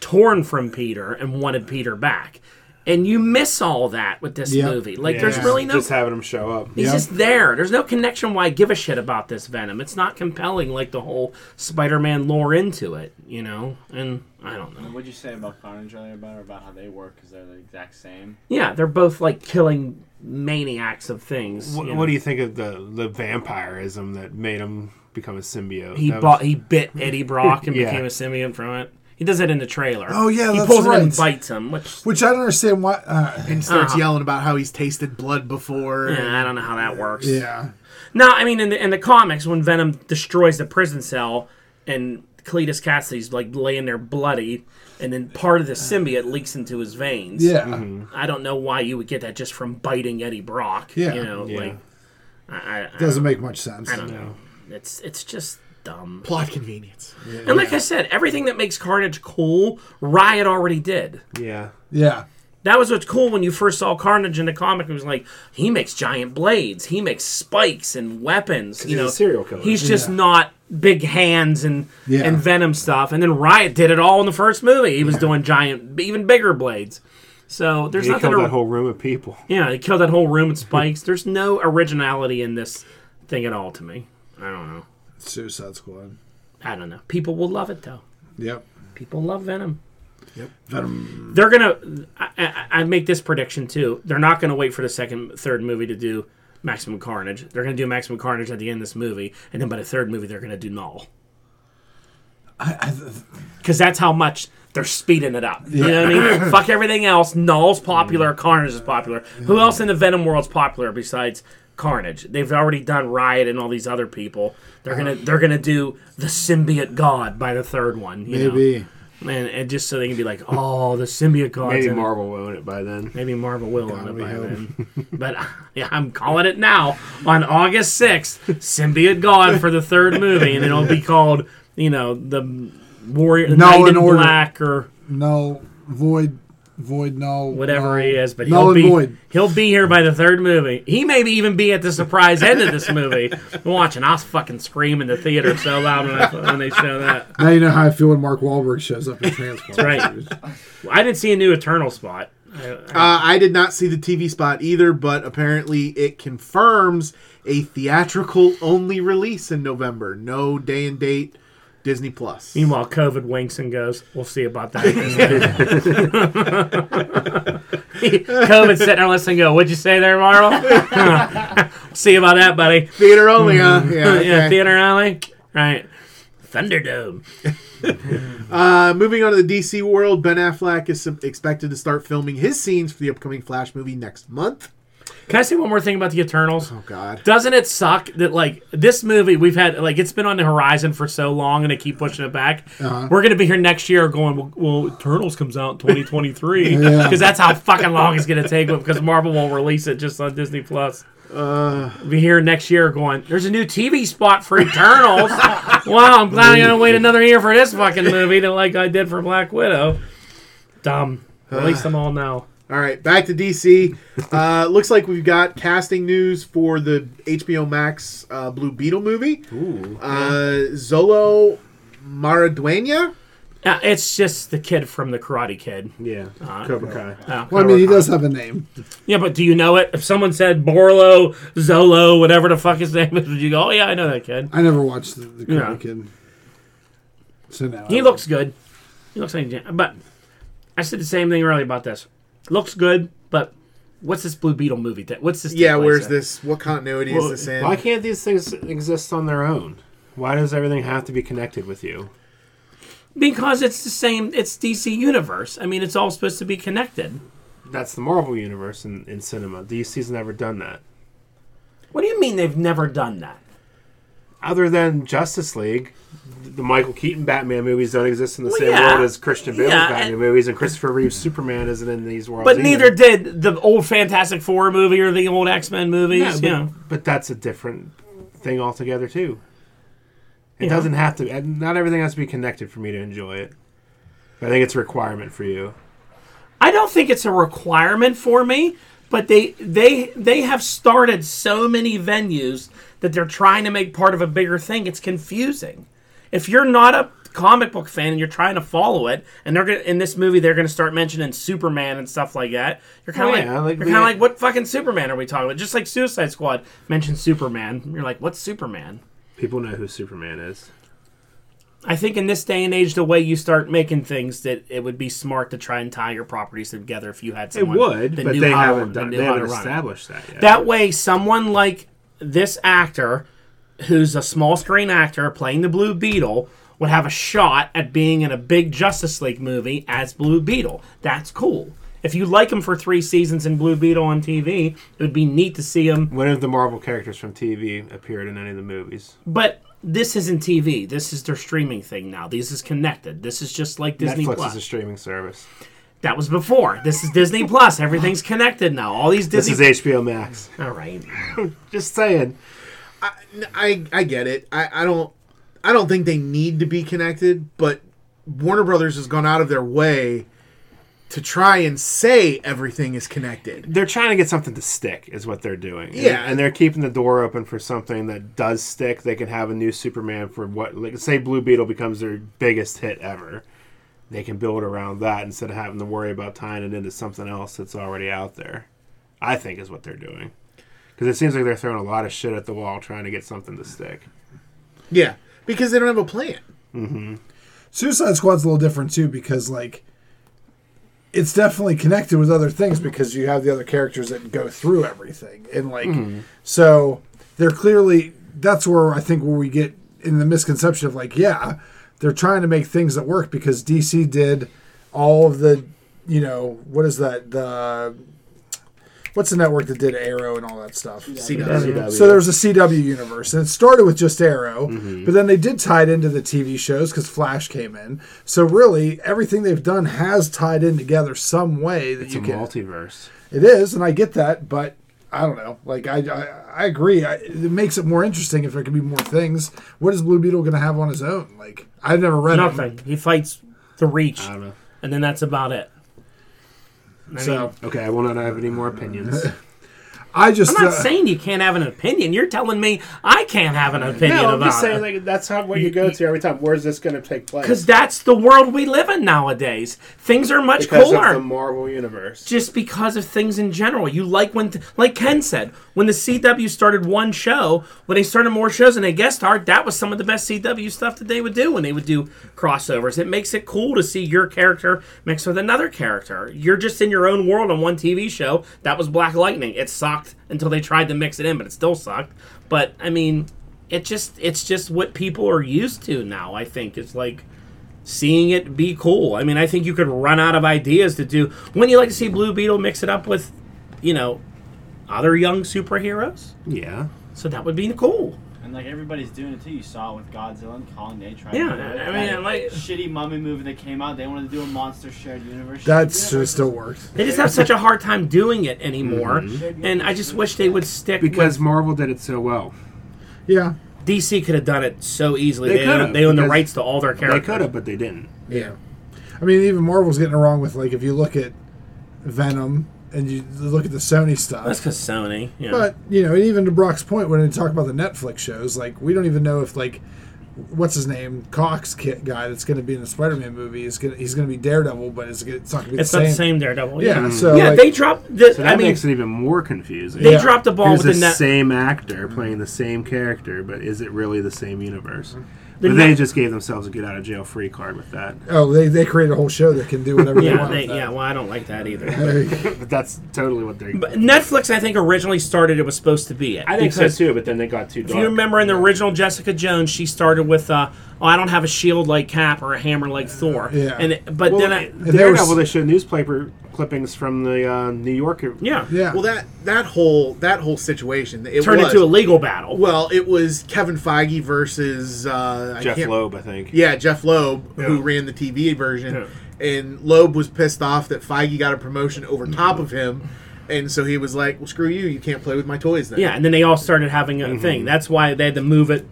Speaker 1: torn from Peter and wanted Peter back. And you miss all that with this
Speaker 2: Yeah.
Speaker 1: movie. Like
Speaker 3: Yeah,
Speaker 1: there's really no
Speaker 3: Just having them show up.
Speaker 1: He's
Speaker 2: Yeah.
Speaker 1: just there. There's no connection why I give a shit about this Venom. It's not compelling like the whole Spider-Man lore into it, you know? And I don't know.
Speaker 5: What'd you say about Carnage earlier about, about how they work because they're the exact same?
Speaker 1: Yeah, they're both like killing maniacs of things.
Speaker 3: What,
Speaker 1: you
Speaker 3: what
Speaker 1: know?
Speaker 3: do you think of the the vampirism that made him become a symbiote?
Speaker 1: He
Speaker 3: That was-
Speaker 1: bought. He bit Eddie Brock and
Speaker 3: Yeah.
Speaker 1: became a symbiote from it. He does it in the trailer.
Speaker 2: Oh, yeah,
Speaker 1: he
Speaker 2: that's
Speaker 1: pulls it and
Speaker 2: right.
Speaker 1: bites him. Which
Speaker 2: Which I don't understand why. Uh,
Speaker 4: and starts yelling about how he's tasted blood before.
Speaker 1: Uh-huh. yeah, I don't know how that works.
Speaker 2: yeah.
Speaker 1: No, I mean in the in the comics when Venom destroys the prison cell and Cletus Cassidy's like laying there bloody, and then part of the symbiote leaks into his veins.
Speaker 2: Yeah.
Speaker 1: I don't know why you would get that just from biting Eddie Brock.
Speaker 2: Yeah.
Speaker 1: you know,
Speaker 3: Yeah.
Speaker 1: like I, I,
Speaker 2: Doesn't make much sense.
Speaker 1: I don't know. It's it's just dumb.
Speaker 4: Plot convenience.
Speaker 1: And like I said, everything that makes Carnage cool, Riot already did.
Speaker 3: Yeah.
Speaker 2: Yeah.
Speaker 1: That was what's cool when you first saw Carnage in the comic. It was like he makes giant blades, he makes spikes and weapons. You
Speaker 3: he's
Speaker 1: know,
Speaker 3: a serial killer.
Speaker 1: He's just not big hands and
Speaker 2: Yeah.
Speaker 1: and venom stuff. And then Riot did it all in the first movie. He was doing giant, even bigger blades. So there's
Speaker 3: He
Speaker 1: nothing.
Speaker 3: killed
Speaker 1: to-
Speaker 3: that whole room of people.
Speaker 1: yeah, he killed that whole room with spikes. there's no originality in this thing at all to me. I don't know.
Speaker 2: Suicide Squad.
Speaker 1: I don't know. People will love it though.
Speaker 2: Yep.
Speaker 1: People love Venom.
Speaker 2: Venom.
Speaker 1: They're gonna. I, I, I make this prediction too. They're not gonna wait for the second, third movie to do Maximum Carnage. They're gonna do Maximum Carnage at the end of this movie, and then by the third movie, they're gonna do Null.
Speaker 2: I, I,
Speaker 1: because that's how much they're speeding it up. You know what I mean? Fuck everything else. Null's popular. Carnage is popular. Who else in the Venom world's popular besides Carnage? They've already done Riot and all these other people. They're gonna they're gonna do the symbiote god by the third one. You
Speaker 2: maybe.
Speaker 1: know? and, and just so they can be like, oh, the symbiote god.
Speaker 3: Maybe Marvel will own it by then.
Speaker 1: Maybe Marvel will on it
Speaker 2: we
Speaker 1: by
Speaker 2: hope.
Speaker 1: then. But yeah, I'm calling it now on August 6th, Symbiote God for the third movie, and it'll be called, you know, the Warrior the
Speaker 2: No,
Speaker 1: Knight
Speaker 2: in
Speaker 1: in
Speaker 2: order.
Speaker 1: Black or
Speaker 2: No. Void. Void. No.
Speaker 1: whatever
Speaker 2: no.
Speaker 1: he is. But
Speaker 2: Null
Speaker 1: he'll
Speaker 2: and
Speaker 1: be
Speaker 2: void.
Speaker 1: he'll be here by the third movie. He may be even be at the surprise end of this movie. Watching, I was fucking screaming in the theater so loud when, I, when they show that.
Speaker 2: Now you know how I feel when Mark Wahlberg shows up in Transformers.
Speaker 1: right. I didn't see a new Eternal spot.
Speaker 4: Uh, I did not see the TV spot either, but apparently it confirms a theatrical only release in November. No day and date. Disney Plus.
Speaker 1: Meanwhile, COVID winks and goes, "We'll see about that." COVID sitting there listening, go, "What'd you say there, Marvel? see about that, buddy."
Speaker 4: Theater only, huh? Mm-hmm. Yeah. Okay.
Speaker 1: Yeah, theater alley, right? Thunderdome.
Speaker 4: Uh, moving on to the DC world, Ben Affleck is expected to start filming his scenes for the upcoming Flash movie next month.
Speaker 1: Can I say one more thing about the Eternals?
Speaker 4: Oh God.
Speaker 1: Doesn't it suck that like this movie we've had like it's been on the horizon for so long and they keep pushing it back? We're gonna be here next year going well, well Eternals comes out in 2023 because
Speaker 2: Yeah.
Speaker 1: that's how fucking long it's gonna take because Marvel won't release it just on Disney Plus. We'll be here next year going there's a new TV spot for Eternals. wow, I'm glad I'm gonna wait another year for this fucking movie to like I did for Black Widow. Dumb. Release them all now.
Speaker 4: All right, back to DC. Uh, looks like we've got casting news for the HBO Max uh, Blue Beetle movie. Ooh. Uh, Zolo Maraduena.
Speaker 1: Uh, it's just the kid from the Karate Kid.
Speaker 3: Yeah, Cobra Kai.
Speaker 1: Uh,
Speaker 2: Well, I mean, he does have a name.
Speaker 1: Yeah, but do you know it? If someone said Borlo, Zolo, whatever the fuck his name is, would you go, oh, yeah, I know that kid?
Speaker 2: I never watched the, the Karate
Speaker 1: Yeah.
Speaker 2: Kid. So now
Speaker 1: He
Speaker 2: I-
Speaker 1: looks good. He looks like a gen- But I said the same thing earlier about this. Looks good, but what's this Blue Beetle movie? That What's this? take
Speaker 4: Yeah,
Speaker 1: place
Speaker 4: where's
Speaker 1: in?
Speaker 4: this? What continuity is this in?
Speaker 3: why can't these things exist on their own? Why does everything have to be connected with you?
Speaker 1: Because it's the same, it's DC Universe. I mean, it's all supposed to be connected.
Speaker 3: That's the Marvel universe in, in cinema. DC's never done that.
Speaker 1: What do you mean they've never done that?
Speaker 3: Other than Justice League, the Michael Keaton Batman movies don't exist in the
Speaker 1: Well,
Speaker 3: same
Speaker 1: yeah.
Speaker 3: world as Christian Bale's
Speaker 1: Yeah,
Speaker 3: Batman
Speaker 1: and-
Speaker 3: movies, and Christopher Reeve's Superman isn't in these worlds.
Speaker 1: But
Speaker 3: either.
Speaker 1: neither did the old Fantastic Four movie or the old X Men movies.
Speaker 3: Yeah, but,
Speaker 1: you know.
Speaker 3: but that's a different thing altogether too. It
Speaker 1: Yeah.
Speaker 3: doesn't have to. and Not everything has to be connected for me to enjoy it. I think it's a requirement for you.
Speaker 1: I don't think it's a requirement for me, but they they they have started so many venues that they're trying to make part of a bigger thing. It's confusing. If you're not a comic book fan and you're trying to follow it, and they're gonna in this movie they're gonna start mentioning Superman and stuff like that. You're kind
Speaker 3: Oh,
Speaker 1: of
Speaker 3: yeah,
Speaker 1: like,
Speaker 3: like
Speaker 1: you're
Speaker 3: we-
Speaker 1: kind of like what fucking Superman are we talking about? Just like Suicide Squad mentioned Superman, you're like what's Superman?
Speaker 3: People know who Superman is.
Speaker 1: I think in this day and age, the way you start making things, that it would be smart to try and tie your properties together if you had
Speaker 3: It
Speaker 1: someone.
Speaker 3: would,
Speaker 1: that
Speaker 3: but
Speaker 1: knew
Speaker 3: they
Speaker 1: how to-
Speaker 3: haven't
Speaker 1: that
Speaker 3: done.
Speaker 1: knew
Speaker 3: They
Speaker 1: how
Speaker 3: haven't
Speaker 1: to run it.
Speaker 3: established that yet.
Speaker 1: That way, someone like this actor, who's a small screen actor playing the Blue Beetle, would have a shot at being in a big Justice League movie as Blue Beetle. That's cool. If you like him for three seasons in Blue Beetle on TV, it would be neat to see him
Speaker 3: When have the Marvel characters from TV appeared in any of the movies?
Speaker 1: But this isn't TV. This is their streaming thing now. This is connected. This is just like Disney
Speaker 3: Netflix
Speaker 1: Plus.
Speaker 3: is a streaming service.
Speaker 1: that was before. This is Disney Plus. Everything's connected now. All these
Speaker 3: This
Speaker 1: Disney.
Speaker 3: is HBO Max.
Speaker 1: All right.
Speaker 3: Just saying.
Speaker 4: I I get it. I, I don't I don't think they need to be connected, but Warner Brothers has gone out of their way to try and say everything is connected.
Speaker 3: They're trying to get something to stick, is what they're doing. And-
Speaker 4: Yeah.
Speaker 3: and they're keeping the door open for something that does stick. They can have a new Superman for what, like, say, Blue Beetle becomes their biggest hit ever. They can build around that instead of having to worry about tying it into something else that's already out there. I think is what they're doing, because it seems like they're throwing a lot of shit at the wall trying to get something to stick.
Speaker 4: Yeah, because they don't have a plan.
Speaker 2: Suicide Squad's a little different too because like it's definitely connected with other things because you have the other characters that go through everything and like so they're clearly that's where I think where we get in the misconception of like yeah they're trying to make things that work because DC did all of the you know what is that the what's the network that did Arrow and all that stuff
Speaker 3: CW.
Speaker 2: Um, so there's a CW universe, and it started with just Arrow,
Speaker 3: Mm-hmm.
Speaker 2: but then they did tie it into the TV shows because Flash came in. So really, everything they've done has tied in together some way that
Speaker 3: it's
Speaker 2: you
Speaker 3: a
Speaker 2: can.
Speaker 3: multiverse.
Speaker 2: it is, and I get that, but I don't know. Like I, I, I agree. I, it makes it more interesting if there can be more things. What is Blue Beetle going to have on his own? Like I've never read him.
Speaker 1: Nothing. He fights the Reach,
Speaker 3: I don't know.
Speaker 1: and then that's about it. I
Speaker 2: So
Speaker 1: mean,
Speaker 3: Okay, I will not have any more opinions.
Speaker 2: I just
Speaker 1: I'm not
Speaker 2: uh,
Speaker 1: saying you can't have an opinion. You're telling me I can't have an opinion
Speaker 3: no, I'm
Speaker 1: about
Speaker 3: just
Speaker 1: it.
Speaker 3: saying like that's how what you go to every time. Where's this going to take place?
Speaker 1: Because that's the world we live in nowadays. Things are much
Speaker 3: because
Speaker 1: cooler.
Speaker 3: of the Marvel universe.
Speaker 1: just because of things in general. You like when, like Ken said, when the CW started one show, when they started more shows and they guest starred, that was some of the best CW stuff that they would do when they would do crossovers. It makes it cool to see your character mixed with another character. You're just in your own world on one TV show. That was Black Lightning. It sucked until they tried to mix it in, but it still sucked. But I mean, it just it's just what people are used to now. I think it's like seeing it be cool. I mean, I think you could run out of ideas to do. Wouldn't you like to see Blue Beetle mix it up with, you know, other young superheroes?
Speaker 3: Yeah.
Speaker 1: So that would be cool.
Speaker 5: And like everybody's doing it too. You saw it with Godzilla and Kong. They tried.
Speaker 1: Yeah,
Speaker 5: to do it.
Speaker 1: I mean,
Speaker 5: That
Speaker 1: like-
Speaker 5: shitty mummy movie that came out. They wanted to do a monster shared universe.
Speaker 2: that
Speaker 5: Shared
Speaker 2: should have still worked.
Speaker 1: They just have such a hard time doing it anymore,
Speaker 5: Mhm.
Speaker 1: and I just wish they would stick
Speaker 3: Mm-hmm. Because Marvel did it so well.
Speaker 2: Yeah,
Speaker 1: with DC. Could have done it so easily.
Speaker 3: They
Speaker 1: They, own,
Speaker 3: could've,
Speaker 1: they own the
Speaker 3: because
Speaker 1: rights to all their
Speaker 3: They
Speaker 1: characters.
Speaker 3: could have, but they didn't.
Speaker 2: Yeah. I mean, even Marvel's getting it wrong with, like, if you look at Venom and you look at the Sony
Speaker 1: That's
Speaker 2: stuff.
Speaker 1: because Sony. Yeah.
Speaker 2: But, you know, and even to Brock's point, when we talk about the Netflix shows, like, we don't even know if, like, what's his name? Cox kid guy that's going to be in the Spider Man movie is going to, he's going to be Daredevil, but it's, gonna- it's not going to be
Speaker 1: it's
Speaker 2: the
Speaker 1: not
Speaker 2: same.
Speaker 1: the same Daredevil.
Speaker 2: Yeah,
Speaker 1: Yeah.
Speaker 2: so,
Speaker 1: yeah.
Speaker 2: like-
Speaker 1: they dropped. The,
Speaker 3: So that
Speaker 1: I mean,
Speaker 3: makes it even more confusing.
Speaker 1: they
Speaker 2: Yeah.
Speaker 1: dropped the ball
Speaker 3: Here's
Speaker 1: with the
Speaker 3: the
Speaker 1: net. Mm-hmm.
Speaker 3: same actor playing the same character, but is it really the same
Speaker 1: Mm-hmm.
Speaker 3: universe?
Speaker 1: The
Speaker 3: but they
Speaker 1: net-
Speaker 3: just gave themselves a get out of jail free card with that.
Speaker 2: Oh, they, they create a whole show that can do whatever they
Speaker 1: Yeah,
Speaker 2: want.
Speaker 1: they,
Speaker 2: with
Speaker 1: yeah.
Speaker 2: that.
Speaker 1: Well, I don't like that either.
Speaker 3: But that's totally what they're.
Speaker 1: But Netflix, I think, originally started. It was supposed to be it.
Speaker 3: I think so
Speaker 1: Because-
Speaker 3: too, but then they got too
Speaker 1: If
Speaker 3: dark.
Speaker 1: you remember in the original Jessica Jones, she started with, uh, "Oh, I don't have a shield like Cap or a hammer like Thor."
Speaker 2: Yeah.
Speaker 1: And it- but
Speaker 3: well,
Speaker 1: then I,
Speaker 3: in
Speaker 2: there was-
Speaker 3: Daredevil, they showed newspaper clippings from the uh, New Yorker.
Speaker 1: yeah,
Speaker 2: Yeah.
Speaker 4: Well, that that whole that whole situation it
Speaker 1: turned
Speaker 4: was,
Speaker 1: into a legal battle.
Speaker 4: well, it was Kevin Feige versus uh, I
Speaker 3: Jeff
Speaker 4: can't-
Speaker 3: Loeb, I think.
Speaker 4: Yeah, Jeff Loeb, who
Speaker 1: Yeah.
Speaker 4: ran the TV version,
Speaker 1: Yeah.
Speaker 4: and Loeb was pissed off that Feige got a promotion over top of him, and so he was like, "Well, screw you! You can't play with my toys then."
Speaker 1: yeah, and then they all started having
Speaker 2: Mm-hmm.
Speaker 1: a thing. That's why they had to move it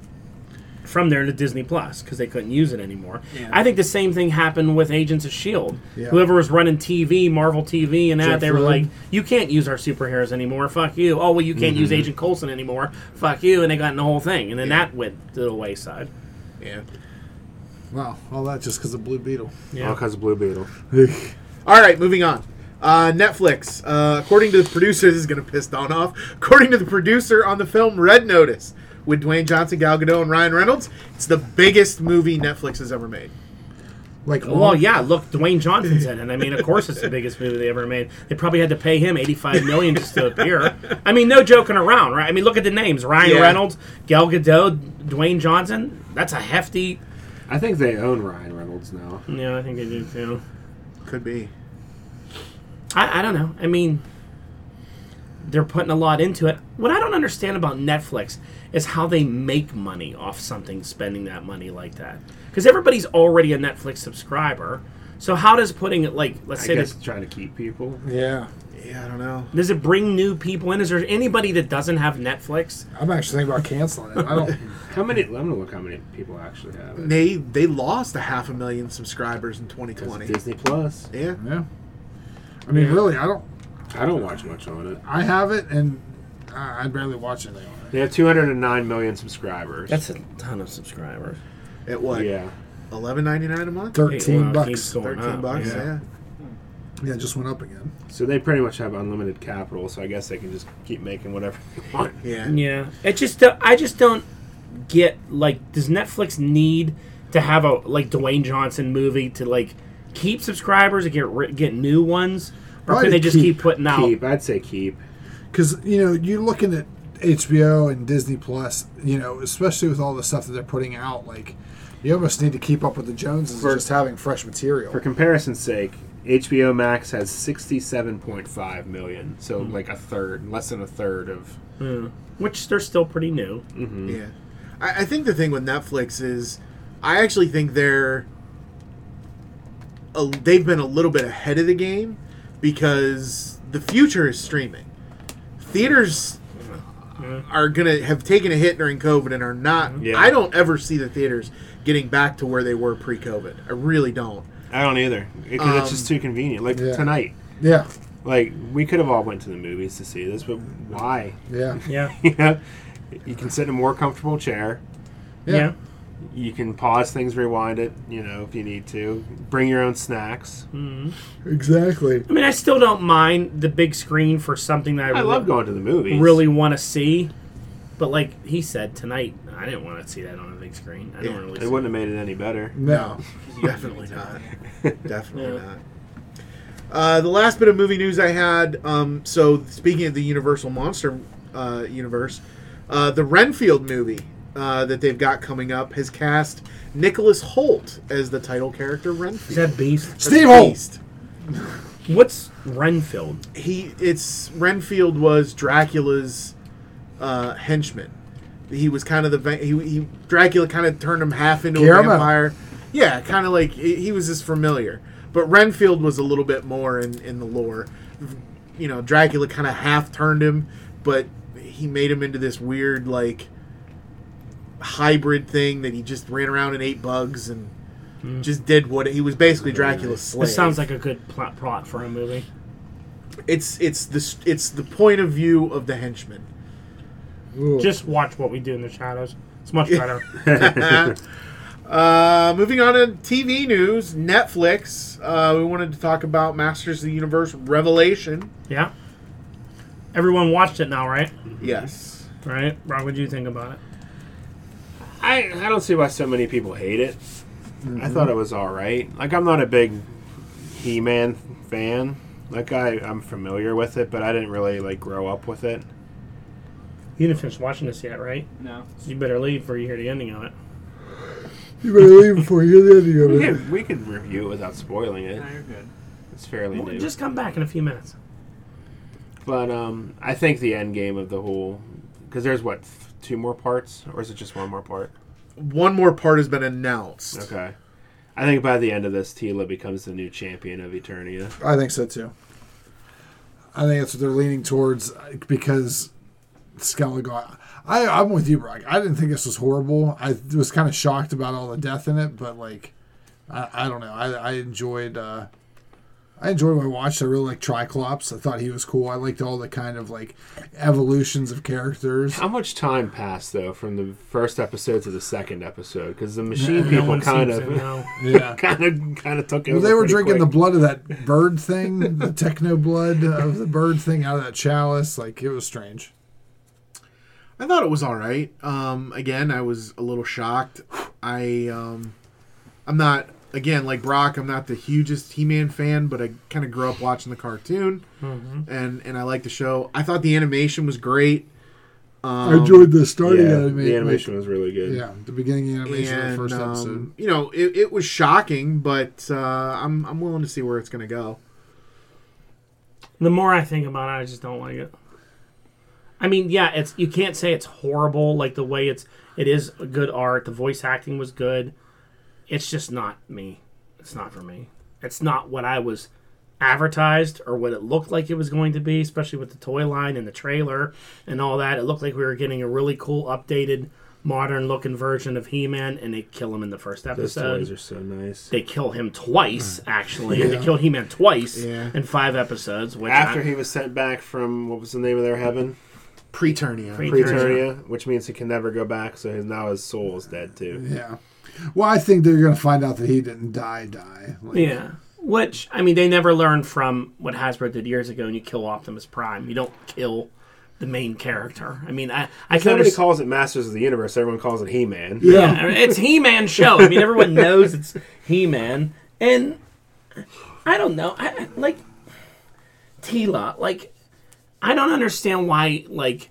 Speaker 1: from there to Disney Plus because they couldn't use it anymore. I think the same thing happened with Agents of Shield.
Speaker 2: Yeah.
Speaker 1: E Whoever was running TV, Marvel TV, and that
Speaker 2: Jeff
Speaker 1: they were
Speaker 2: Loeb.
Speaker 1: like, "You can't use our superheroes anymore. Fuck you." Oh well, you can't
Speaker 2: Mm-hmm.
Speaker 1: use Agent Coulson anymore. Fuck you. And they got in the whole thing, and then that went to the wayside.
Speaker 4: Yeah.
Speaker 2: Wow, all that just because of Blue Beetle.
Speaker 1: Yeah.
Speaker 3: All because of Blue Beetle.
Speaker 4: All right, moving on. Uh, Netflix, uh, according to the producer, this is going to piss Don off. According to the producer on the film Red Notice with Dwayne Johnson, Gal Gadot, and Ryan Reynolds, it's the biggest movie Netflix has ever made.
Speaker 2: Like,
Speaker 1: Well, yeah. Look, Dwayne Johnson's in it. I mean, of course, it's the biggest movie they ever made. They probably had to pay him eighty-five million just to appear. I mean, no joking around, right? I mean, look at the names: Ryan
Speaker 4: Yeah.
Speaker 1: Reynolds, Gal Gadot, Dwayne Johnson. That's a hefty.
Speaker 3: I think they own Ryan Reynolds now.
Speaker 1: Yeah, I think they do too.
Speaker 4: Could be.
Speaker 1: I, I don't know. I mean, they're putting a lot into it. What I don't understand about Netflix is how they make money off something spending that money like that. Because everybody's already a Netflix subscriber. So how does putting it like let's
Speaker 3: I
Speaker 1: say
Speaker 3: guess
Speaker 1: this
Speaker 3: trying to keep people.
Speaker 2: Yeah.
Speaker 4: Yeah, I don't know.
Speaker 1: Does it bring new people in? Is there anybody that doesn't have Netflix?
Speaker 2: I'm actually thinking about canceling it. I don't.
Speaker 3: How many? I'm gonna look how many people actually have it.
Speaker 4: They they lost a half a million subscribers in
Speaker 3: 'Cause it's
Speaker 4: 2020.
Speaker 3: Disney Plus.
Speaker 4: Yeah.
Speaker 2: Yeah. I mean, really, I don't.
Speaker 3: I don't watch much on it.
Speaker 2: I have it, and I I barely watch anything on it.
Speaker 3: They have 209 million subscribers.
Speaker 1: That's a ton of subscribers.
Speaker 4: At what?
Speaker 3: yeah.
Speaker 4: 11.99 a month.
Speaker 2: Thirteen
Speaker 1: Wow, keeps
Speaker 2: bucks.
Speaker 1: going
Speaker 4: Thirteen
Speaker 1: up,
Speaker 4: bucks. Yeah.
Speaker 2: Yeah, it just went up again.
Speaker 3: So they pretty much have unlimited capital. So I guess they can just keep making whatever they want.
Speaker 4: Yeah.
Speaker 1: Yeah, it just don't- I just don't. get like does Netflix need to have a like Dwayne Johnson movie to like keep subscribers and get ri- get new ones, or
Speaker 2: Probably
Speaker 1: can they just keep, putting out?
Speaker 3: Keep. I'd say keep.
Speaker 2: because you know you're looking at HBO and Disney Plus. You know, especially with all the stuff that they're putting out, like you almost need to keep up with the Joneses,
Speaker 3: For-
Speaker 2: just having fresh material.
Speaker 3: For comparison's sake, HBO Max has 67.5 million, so like a third, less than a third of.
Speaker 1: Which they're still pretty new.
Speaker 4: Yeah, I, I think the thing with Netflix is, I actually think they're, a, they've been a little bit ahead of the game, because the future is streaming. Theaters are gonna have taken a hit during COVID and are not.
Speaker 3: Yeah.
Speaker 4: I don't ever see the theaters getting back to where they were pre-COVID. I really don't.
Speaker 3: I don't either. Because it's just too convenient. Like
Speaker 2: Yeah.
Speaker 3: tonight,
Speaker 2: Yeah,
Speaker 3: like we could have all went to the movies to see this, but why?
Speaker 2: yeah,
Speaker 1: Yeah,
Speaker 3: You know, you can sit in a more comfortable chair.
Speaker 2: Yeah.
Speaker 1: yeah.
Speaker 3: You can pause things, rewind it, you know, if you need to. Bring your own snacks.
Speaker 2: exactly.
Speaker 1: I mean, I still don't mind the big screen for something that I,
Speaker 3: I
Speaker 1: re-
Speaker 3: love going to the movies.
Speaker 1: Mm-hmm. really want to see. But like he said tonight, I didn't want to see that on a big screen. I don't
Speaker 4: Yeah.
Speaker 1: really.
Speaker 3: It
Speaker 1: see
Speaker 3: wouldn't have made it any better.
Speaker 1: Mm-hmm.
Speaker 2: No,
Speaker 4: Definitely not. Definitely
Speaker 1: Yeah.
Speaker 4: not. Uh, the last bit of movie news I had. Um, so speaking of the Universal Monster uh, universe, uh, the Renfield movie uh, that they've got coming up has cast Nicholas Holt as the title character
Speaker 1: Is
Speaker 4: Renfield.
Speaker 1: that Beast?
Speaker 2: Steve Holt.
Speaker 4: Beast.
Speaker 1: What's Renfield?
Speaker 4: He it's Renfield was Dracula's uh, henchman. He was kind of the va- he, he Dracula kind of turned him half into a
Speaker 2: Guillermo.
Speaker 4: vampire. Yeah, kind of like he he was his familiar, but Renfield was a little bit more in in the lore. You know, Dracula kind of half turned him, but he made him into this weird like hybrid thing that he just ran around and ate bugs and just did what he was basically Dracula's slave.
Speaker 1: This sounds like a good plot plot for a movie.
Speaker 4: It's it's the it's the point of view of the henchman.
Speaker 2: Ooh.
Speaker 1: Just watch what we do in the shadows. It's much better.
Speaker 4: Uh, moving on to TV news, Netflix. Uh, we wanted to talk about Masters of the Universe Revelation.
Speaker 1: yeah. Everyone watched it now, right?
Speaker 4: Yes.
Speaker 1: Right. Rob, what do you think about it?
Speaker 3: I, I don't see why so many people hate it. I thought
Speaker 1: Mm-hmm.
Speaker 3: it was all right. Like I'm not a big He-Man fan. Like I I'm familiar with it, but I didn't really like grow up with it.
Speaker 1: You didn't finish watching this yet, right?
Speaker 5: No.
Speaker 1: You better leave before you hear the ending of it.
Speaker 2: you better leave before you hear the
Speaker 3: We
Speaker 2: ending of it.
Speaker 3: could, we could review it without spoiling it.
Speaker 5: No, you're good.
Speaker 3: It's fairly
Speaker 1: Well,
Speaker 3: new.
Speaker 1: just come back in a few minutes.
Speaker 3: But um, I think the end game of the whole because there's what th- two more parts, or is it just one more part?
Speaker 4: One more part has been announced.
Speaker 3: Okay. I think by the end of this, Tila becomes the new champion of Eternia.
Speaker 2: I think so too. I think that's what they're leaning towards uh, because Skellige. I I'm with you, Brock. I didn't think this was horrible. I was kind of shocked about all the death in it, but like, I, I don't know. I I enjoyed. Uh, I enjoyed what I watched. I really liked Triclops. I thought he was cool. I liked all the kind of like evolutions of characters.
Speaker 3: How much time passed though from the first episode to the second episode? Because the machine
Speaker 1: no
Speaker 3: people
Speaker 1: one
Speaker 3: kind
Speaker 1: seems to
Speaker 3: of.
Speaker 1: know.
Speaker 2: Yeah.
Speaker 3: kind of kind of took it.
Speaker 2: Well, they were drinking the blood of that bird thing, the techno blood of the bird thing out of that chalice. Like it was strange.
Speaker 4: I thought it was all right. Um, again, I was a little shocked. I um, I'm not again like Brock. I'm not the hugest He-Man fan, but I kind of grew up watching the cartoon,
Speaker 5: Mm-hmm.
Speaker 4: and and I like the show. I thought the animation was great. Um,
Speaker 2: the starting
Speaker 3: yeah, the animation was really good.
Speaker 2: Yeah, the beginning animation of the
Speaker 4: and
Speaker 2: first
Speaker 4: um,
Speaker 2: episode.
Speaker 4: you know it, it was shocking but uh, I'm, I'm willing to see where it's going to go
Speaker 1: The more I think about it, I just don't like it. I mean, yeah, it's you can't say it's horrible. Like the way it's it is good art. The voice acting was good. It's just not me. It's not for me. It's not what I was advertised or what it looked like it was going to be, especially with the toy line and the trailer and all that. It looked like we were getting a really cool, updated, modern looking version of He Man, and they kill him in the first
Speaker 3: Those
Speaker 1: episode
Speaker 3: toys are Hmm. so nice.
Speaker 1: they kill him twice, actually. They kill He Man twice
Speaker 4: Yeah.
Speaker 1: in five episodes. Which
Speaker 3: After
Speaker 1: I-
Speaker 3: he was sent back from what was the name of their heaven,
Speaker 4: preternia
Speaker 1: Pre-
Speaker 3: Preternia, which means he can never go back. So his, now his soul is dead too.
Speaker 2: Yeah. Well, I think they're going to find out that he didn't die, die. Like,
Speaker 1: yeah, which I mean, they never learned from what Hasbro did years ago. And you kill Optimus Prime. You don't kill the main character. I mean, I I can
Speaker 3: Nobody
Speaker 1: understand.
Speaker 3: calls it Masters of the Universe. Everyone calls it He Man.
Speaker 1: Yeah, it's He Man show. I mean, everyone knows it's He Man, and I don't know. I I- like Tila. Like, I don't understand why like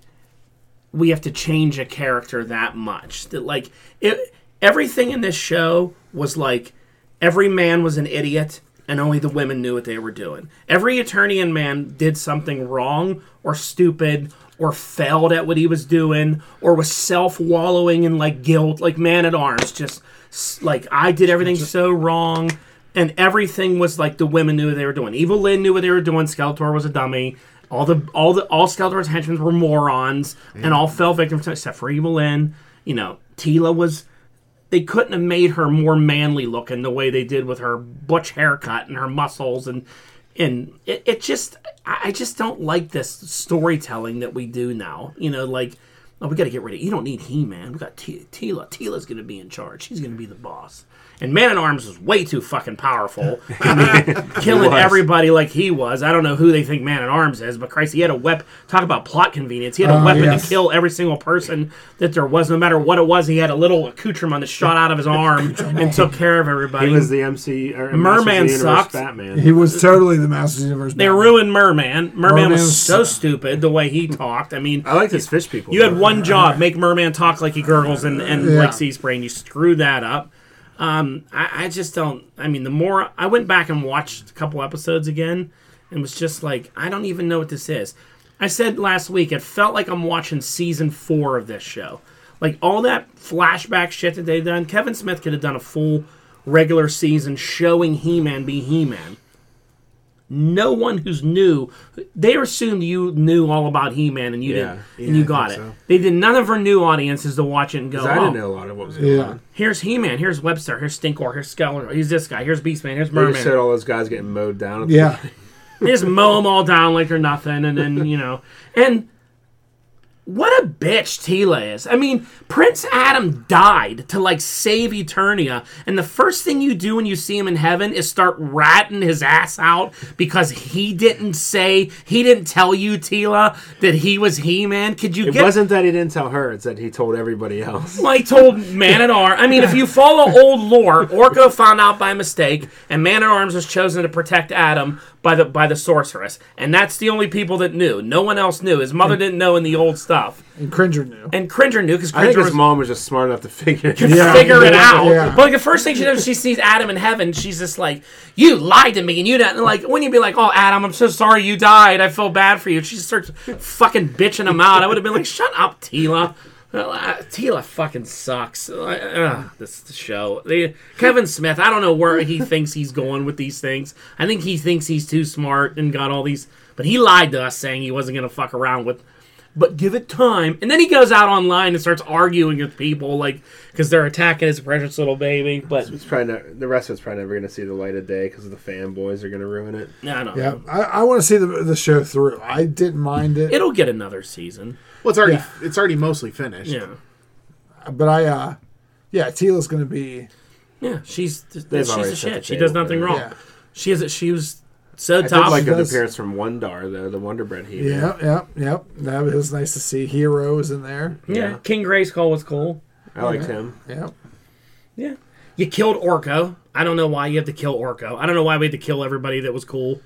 Speaker 1: we have to change a character that much. That like it, everything in this show was like every man was an idiot. And only the women knew what they were doing. Every attorney and man did something wrong or stupid or failed at what he was doing or was self wallowing in like guilt, like man at arms, just s- like I did everything so wrong. And everything was like the women knew what they were doing. Evil Lynn knew what they were doing. Skeletor was a dummy. All the all the all Skeletor's henchmen were morons and all fell victim to except for Evil Lynn. You know, Tila was they couldn't have made her more manly looking the way they did with her butch haircut and her muscles and and it, it just I I just don't like this storytelling that we do now. You know, like oh we got to get rid of you don't need he man. We got T- Tila. Tila's going to be in charge. She's going to be the boss. And Man at Arms was way too fucking powerful, I mean, killing everybody like he was. I don't know who they think Man at Arms is, but Christ, he had a weapon. Talk about plot convenience. He had a
Speaker 2: Oh,
Speaker 1: weapon
Speaker 2: yes.
Speaker 1: to kill kill every single person that there was, no matter what it was. He had a little accoutrement that shot out of his arm and took care of everybody.
Speaker 3: He was the MC or
Speaker 1: Merman
Speaker 3: Masters of the Universe
Speaker 1: sucked.
Speaker 3: Batman.
Speaker 2: He was totally the Masters of the Universe.
Speaker 1: they
Speaker 2: Batman.
Speaker 1: ruined Merman. Merman was
Speaker 2: Merman's-
Speaker 1: so stupid the way he talked. I mean,
Speaker 3: I like his fish people.
Speaker 1: you had
Speaker 3: though.
Speaker 1: one job: make Merman talk like he gurgles and, and
Speaker 2: Yeah.
Speaker 1: like sea spray, and you screwed that up. Um, I, I just don't. I mean, the more I went back and watched a couple episodes again, and was just like, I don't even know what this is. I said last week, it felt like I'm watching season four of this show. Like all that flashback shit that they done. Kevin Smith could have done a full regular season showing He-Man be He-Man no one who's new they assumed you knew all about he-man and you
Speaker 3: Yeah.
Speaker 1: didn't
Speaker 3: Yeah,
Speaker 1: and you
Speaker 3: I
Speaker 1: got it
Speaker 3: think so.
Speaker 1: they did none of our new audiences to watch it and go
Speaker 3: 'Cause I
Speaker 1: oh,
Speaker 3: didn't know a lot of what was going
Speaker 2: Yeah.
Speaker 3: on.
Speaker 1: here's he-man here's webster here's stinkor here's skeletor here's this guy here's beastman here's
Speaker 3: They just showed
Speaker 1: merman
Speaker 3: all those guys getting mowed down.
Speaker 2: Yeah.
Speaker 1: they just mow them all down like they're nothing and then you know and what a bitch Tila is. I mean, Prince Adam died to like save Eternia, and the first thing you do when you see him in heaven is start ratting his ass out because he didn't say, he didn't tell you, Tila, that he was He Man. Could you
Speaker 3: It
Speaker 1: get
Speaker 3: wasn't that he didn't tell her; it's that he told everybody else.
Speaker 1: like told Man at Arms. I mean, if you follow old lore, Orko found out by mistake, and Man at Arms was chosen to protect Adam by the by the sorceress, and that's the only people that knew. No one else knew. His mother didn't know in the old stuff,
Speaker 2: And Cringer knew.
Speaker 1: and Cringer knew because
Speaker 3: I think
Speaker 1: Cringer
Speaker 3: his
Speaker 1: was
Speaker 3: mom was just smart enough to figure.
Speaker 2: Yeah.
Speaker 1: figure it
Speaker 2: yeah,
Speaker 1: out.
Speaker 2: yeah.
Speaker 1: But like the first thing she does, she sees Adam in heaven. She's just like, "You lied to me," and you don't and, like. Wouldn't you be like, "Oh, Adam, I'm so sorry you died. I feel bad for you." She starts fucking bitching him out. I would have been like, "Shut up, Tila." Well, uh, Tila fucking sucks. Uh, uh, this show. They, Kevin Smith, I don't know where he thinks he's going with these things. I think he thinks he's too smart and got all these. But he lied to us saying he wasn't going to fuck around with but give it time. And then he goes out online and starts arguing with people, like, because they're attacking his precious little baby. But
Speaker 3: It's probably ne- the rest of it's probably never going to see the light of day because the fanboys are going to ruin it.
Speaker 1: no, no,
Speaker 2: Yeah. I, I want to see the, the show through. I didn't mind it,
Speaker 1: it'll get another season.
Speaker 4: Well, it's already
Speaker 2: Yeah.
Speaker 4: it's already mostly finished.
Speaker 1: Yeah,
Speaker 2: but I, uh, yeah, Tila's going to be.
Speaker 1: yeah. She's she's
Speaker 3: already
Speaker 1: the
Speaker 3: set
Speaker 1: shit.
Speaker 3: the
Speaker 1: she does
Speaker 3: table
Speaker 1: nothing
Speaker 3: for it.
Speaker 1: wrong.
Speaker 2: Yeah.
Speaker 1: She is. She was so
Speaker 3: I
Speaker 1: tough.
Speaker 3: did like an
Speaker 2: does-
Speaker 3: appearance from Wondar though, the Wonder Bread he.
Speaker 2: Yep, yep, yep. That was nice to see. Hero is in there.
Speaker 1: yeah. King Grayskull was cool.
Speaker 3: I liked him.
Speaker 2: Yep.
Speaker 1: Yeah. You killed Orko. I don't know why you had to kill Orko. I don't know why we had to kill everybody that was cool.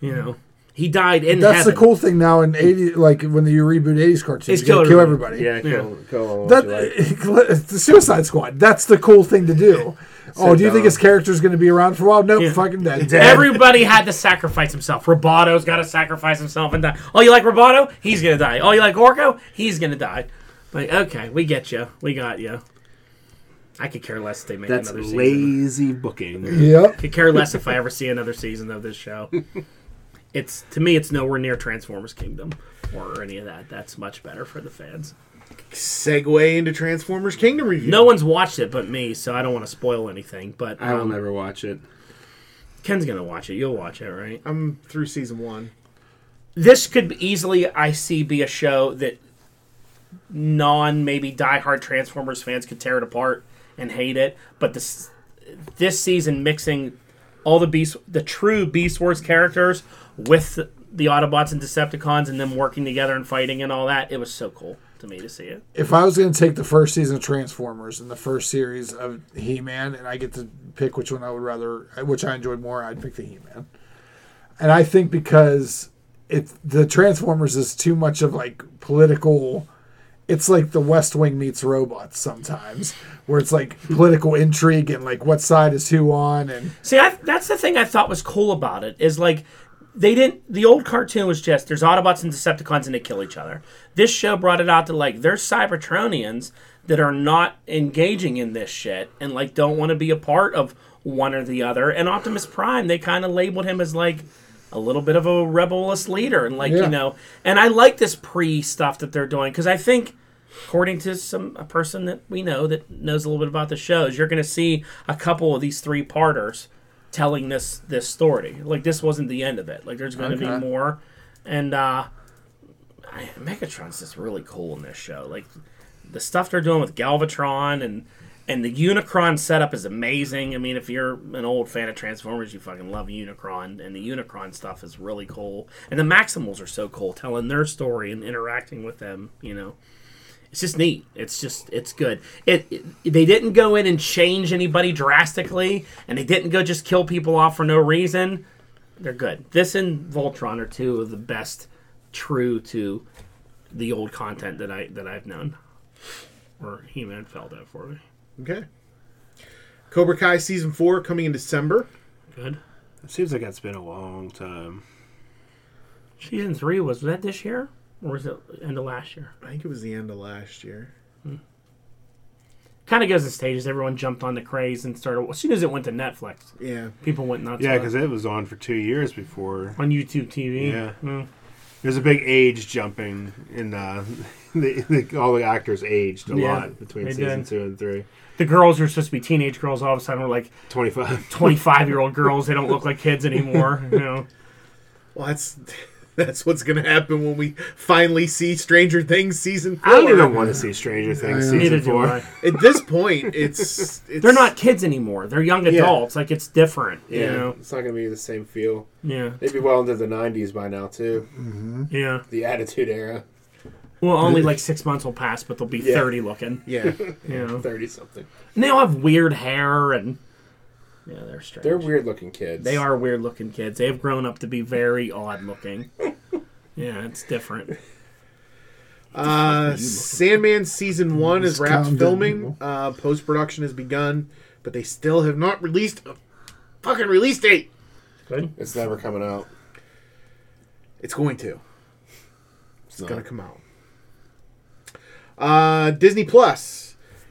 Speaker 1: You know, he died in
Speaker 2: That's
Speaker 1: heaven.
Speaker 2: the cool thing now in 80, like when you reboot 80s cartoons,
Speaker 1: It's
Speaker 2: you gotta
Speaker 1: kill
Speaker 2: kill
Speaker 1: everybody.
Speaker 2: everybody.
Speaker 3: Yeah, kill, kill all
Speaker 2: That,
Speaker 3: what you like.
Speaker 2: the Suicide Squad. That's the cool thing to do. oh, do you think
Speaker 3: dumb.
Speaker 2: his character's going to be around for a while? Nope,
Speaker 1: Yeah.
Speaker 2: fucking dead.
Speaker 1: Everybody had to sacrifice himself. Roboto's got to sacrifice himself and die. Oh, you like Roboto? He's gonna die. Oh, you like Orko? He's gonna die. Like, okay, we get you. We got you. I could care less if they make
Speaker 3: That's
Speaker 1: another season.
Speaker 3: lazy booking.
Speaker 2: Yep.
Speaker 1: Could care less if I ever see another season of this show. It's to me, it's nowhere near Transformers Kingdom or any of that. That's much better for the fans.
Speaker 4: Segue into Transformers Kingdom review.
Speaker 1: No one's watched it but me, so I don't want to spoil anything. But
Speaker 3: I will
Speaker 1: um,
Speaker 3: never watch it.
Speaker 1: Ken's gonna watch it. You'll watch it, right?
Speaker 4: I'm through season one.
Speaker 1: this could be- easily I see be a show that non maybe diehard Transformers fans could tear it apart and hate it, but this this season mixing all the beast the true Beast Wars characters with the Autobots and Decepticons and them working together and fighting and all that. It was so cool to me to see it.
Speaker 2: If I was going to take the first season of Transformers and the first series of He Man, and I get to pick which one I would rather, which I enjoyed more, I'd pick the He Man. And I think because it the Transformers is too much of like political. It's like the West Wing meets robots sometimes, where it's like political intrigue and like what side is who on, and
Speaker 1: See, I, that's the thing I thought was cool about it is like they didn't. The old cartoon was just there's Autobots and Decepticons and they kill each other. This show brought it out to like there's Cybertronians that are not engaging in this shit and like don't want to be a part of one or the other. And Optimus Prime, they kind of labeled him as like a little bit of a rebellious leader and like
Speaker 2: Yeah.
Speaker 1: you know. And I like this pre stuff that they're doing because I think according to some a person that we know that knows a little bit about the shows, you're going to see a couple of these three parters telling this this story. Like this wasn't the end of it. Like there's going to
Speaker 2: Okay.
Speaker 1: be more, and uh, I, Megatron's just really cool in this show. Like the stuff they're doing with Galvatron and and the Unicron setup is amazing. I mean, if you're an old fan of Transformers, you fucking love Unicron, and the Unicron stuff is really cool. And the Maximals are so cool, telling their story and interacting with them. You know, it's just neat. It's just it's good. It, it- they didn't go in and change anybody drastically, and they didn't go just kill people off for no reason. They're good. This and Voltron are two of the best true to the old content that I that I've known. Or He Man fell that for me.
Speaker 4: Okay. Cobra Kai season four coming in December.
Speaker 1: Good.
Speaker 3: It seems like that's been a long time.
Speaker 1: Season three was that this year or was it end of last year?
Speaker 4: I think it was the end of last year.
Speaker 1: Kind of goes in stages. Everyone jumped on the craze and started as soon as it went to Netflix.
Speaker 4: Yeah.
Speaker 1: People went nuts.
Speaker 3: Yeah,
Speaker 1: on it.
Speaker 3: because it was on for two years before.
Speaker 1: on YouTube TV.
Speaker 3: Yeah.
Speaker 1: Mm.
Speaker 3: There's a big age jumping in uh, the, the, all the actors aged a
Speaker 1: Yeah,
Speaker 3: lot between
Speaker 1: they
Speaker 3: season
Speaker 1: did.
Speaker 3: two and three.
Speaker 1: The girls are supposed to be teenage girls. All of a sudden, were like
Speaker 3: 25.
Speaker 1: 25 year old girls. They don't look like kids anymore. You know.
Speaker 4: Well, that's that's what's gonna happen when we finally see Stranger Things season four.
Speaker 3: I don't even want to see Stranger Things
Speaker 1: Neither
Speaker 3: season
Speaker 1: do
Speaker 3: four.
Speaker 1: I.
Speaker 4: At this point, it's, it's
Speaker 1: They're not kids anymore. They're young adults. Like it's different.
Speaker 3: Yeah,
Speaker 1: You know.
Speaker 3: it's not going to be the same feel.
Speaker 1: Yeah.
Speaker 3: They'd be well into the 90s by now, too.
Speaker 1: Yeah.
Speaker 3: The Attitude Era,
Speaker 1: Well, only like six months will pass, but they'll be 30 looking.
Speaker 4: Yeah.
Speaker 1: You know.
Speaker 3: 30 something.
Speaker 1: And they all have weird hair and. Yeah, they're strange.
Speaker 3: They're weird looking kids.
Speaker 1: They are weird looking kids. They have grown up to be very odd looking. yeah, it's different.
Speaker 4: Uh, Sandman season one is wrapped
Speaker 2: Scum,
Speaker 4: filming.
Speaker 2: people.
Speaker 4: Uh, Post production has begun, but they still have not released a fucking release date.
Speaker 1: Good.
Speaker 3: It's never coming out.
Speaker 4: It's going to. It's
Speaker 3: not.
Speaker 4: going to come out. Uh, Disney Plus.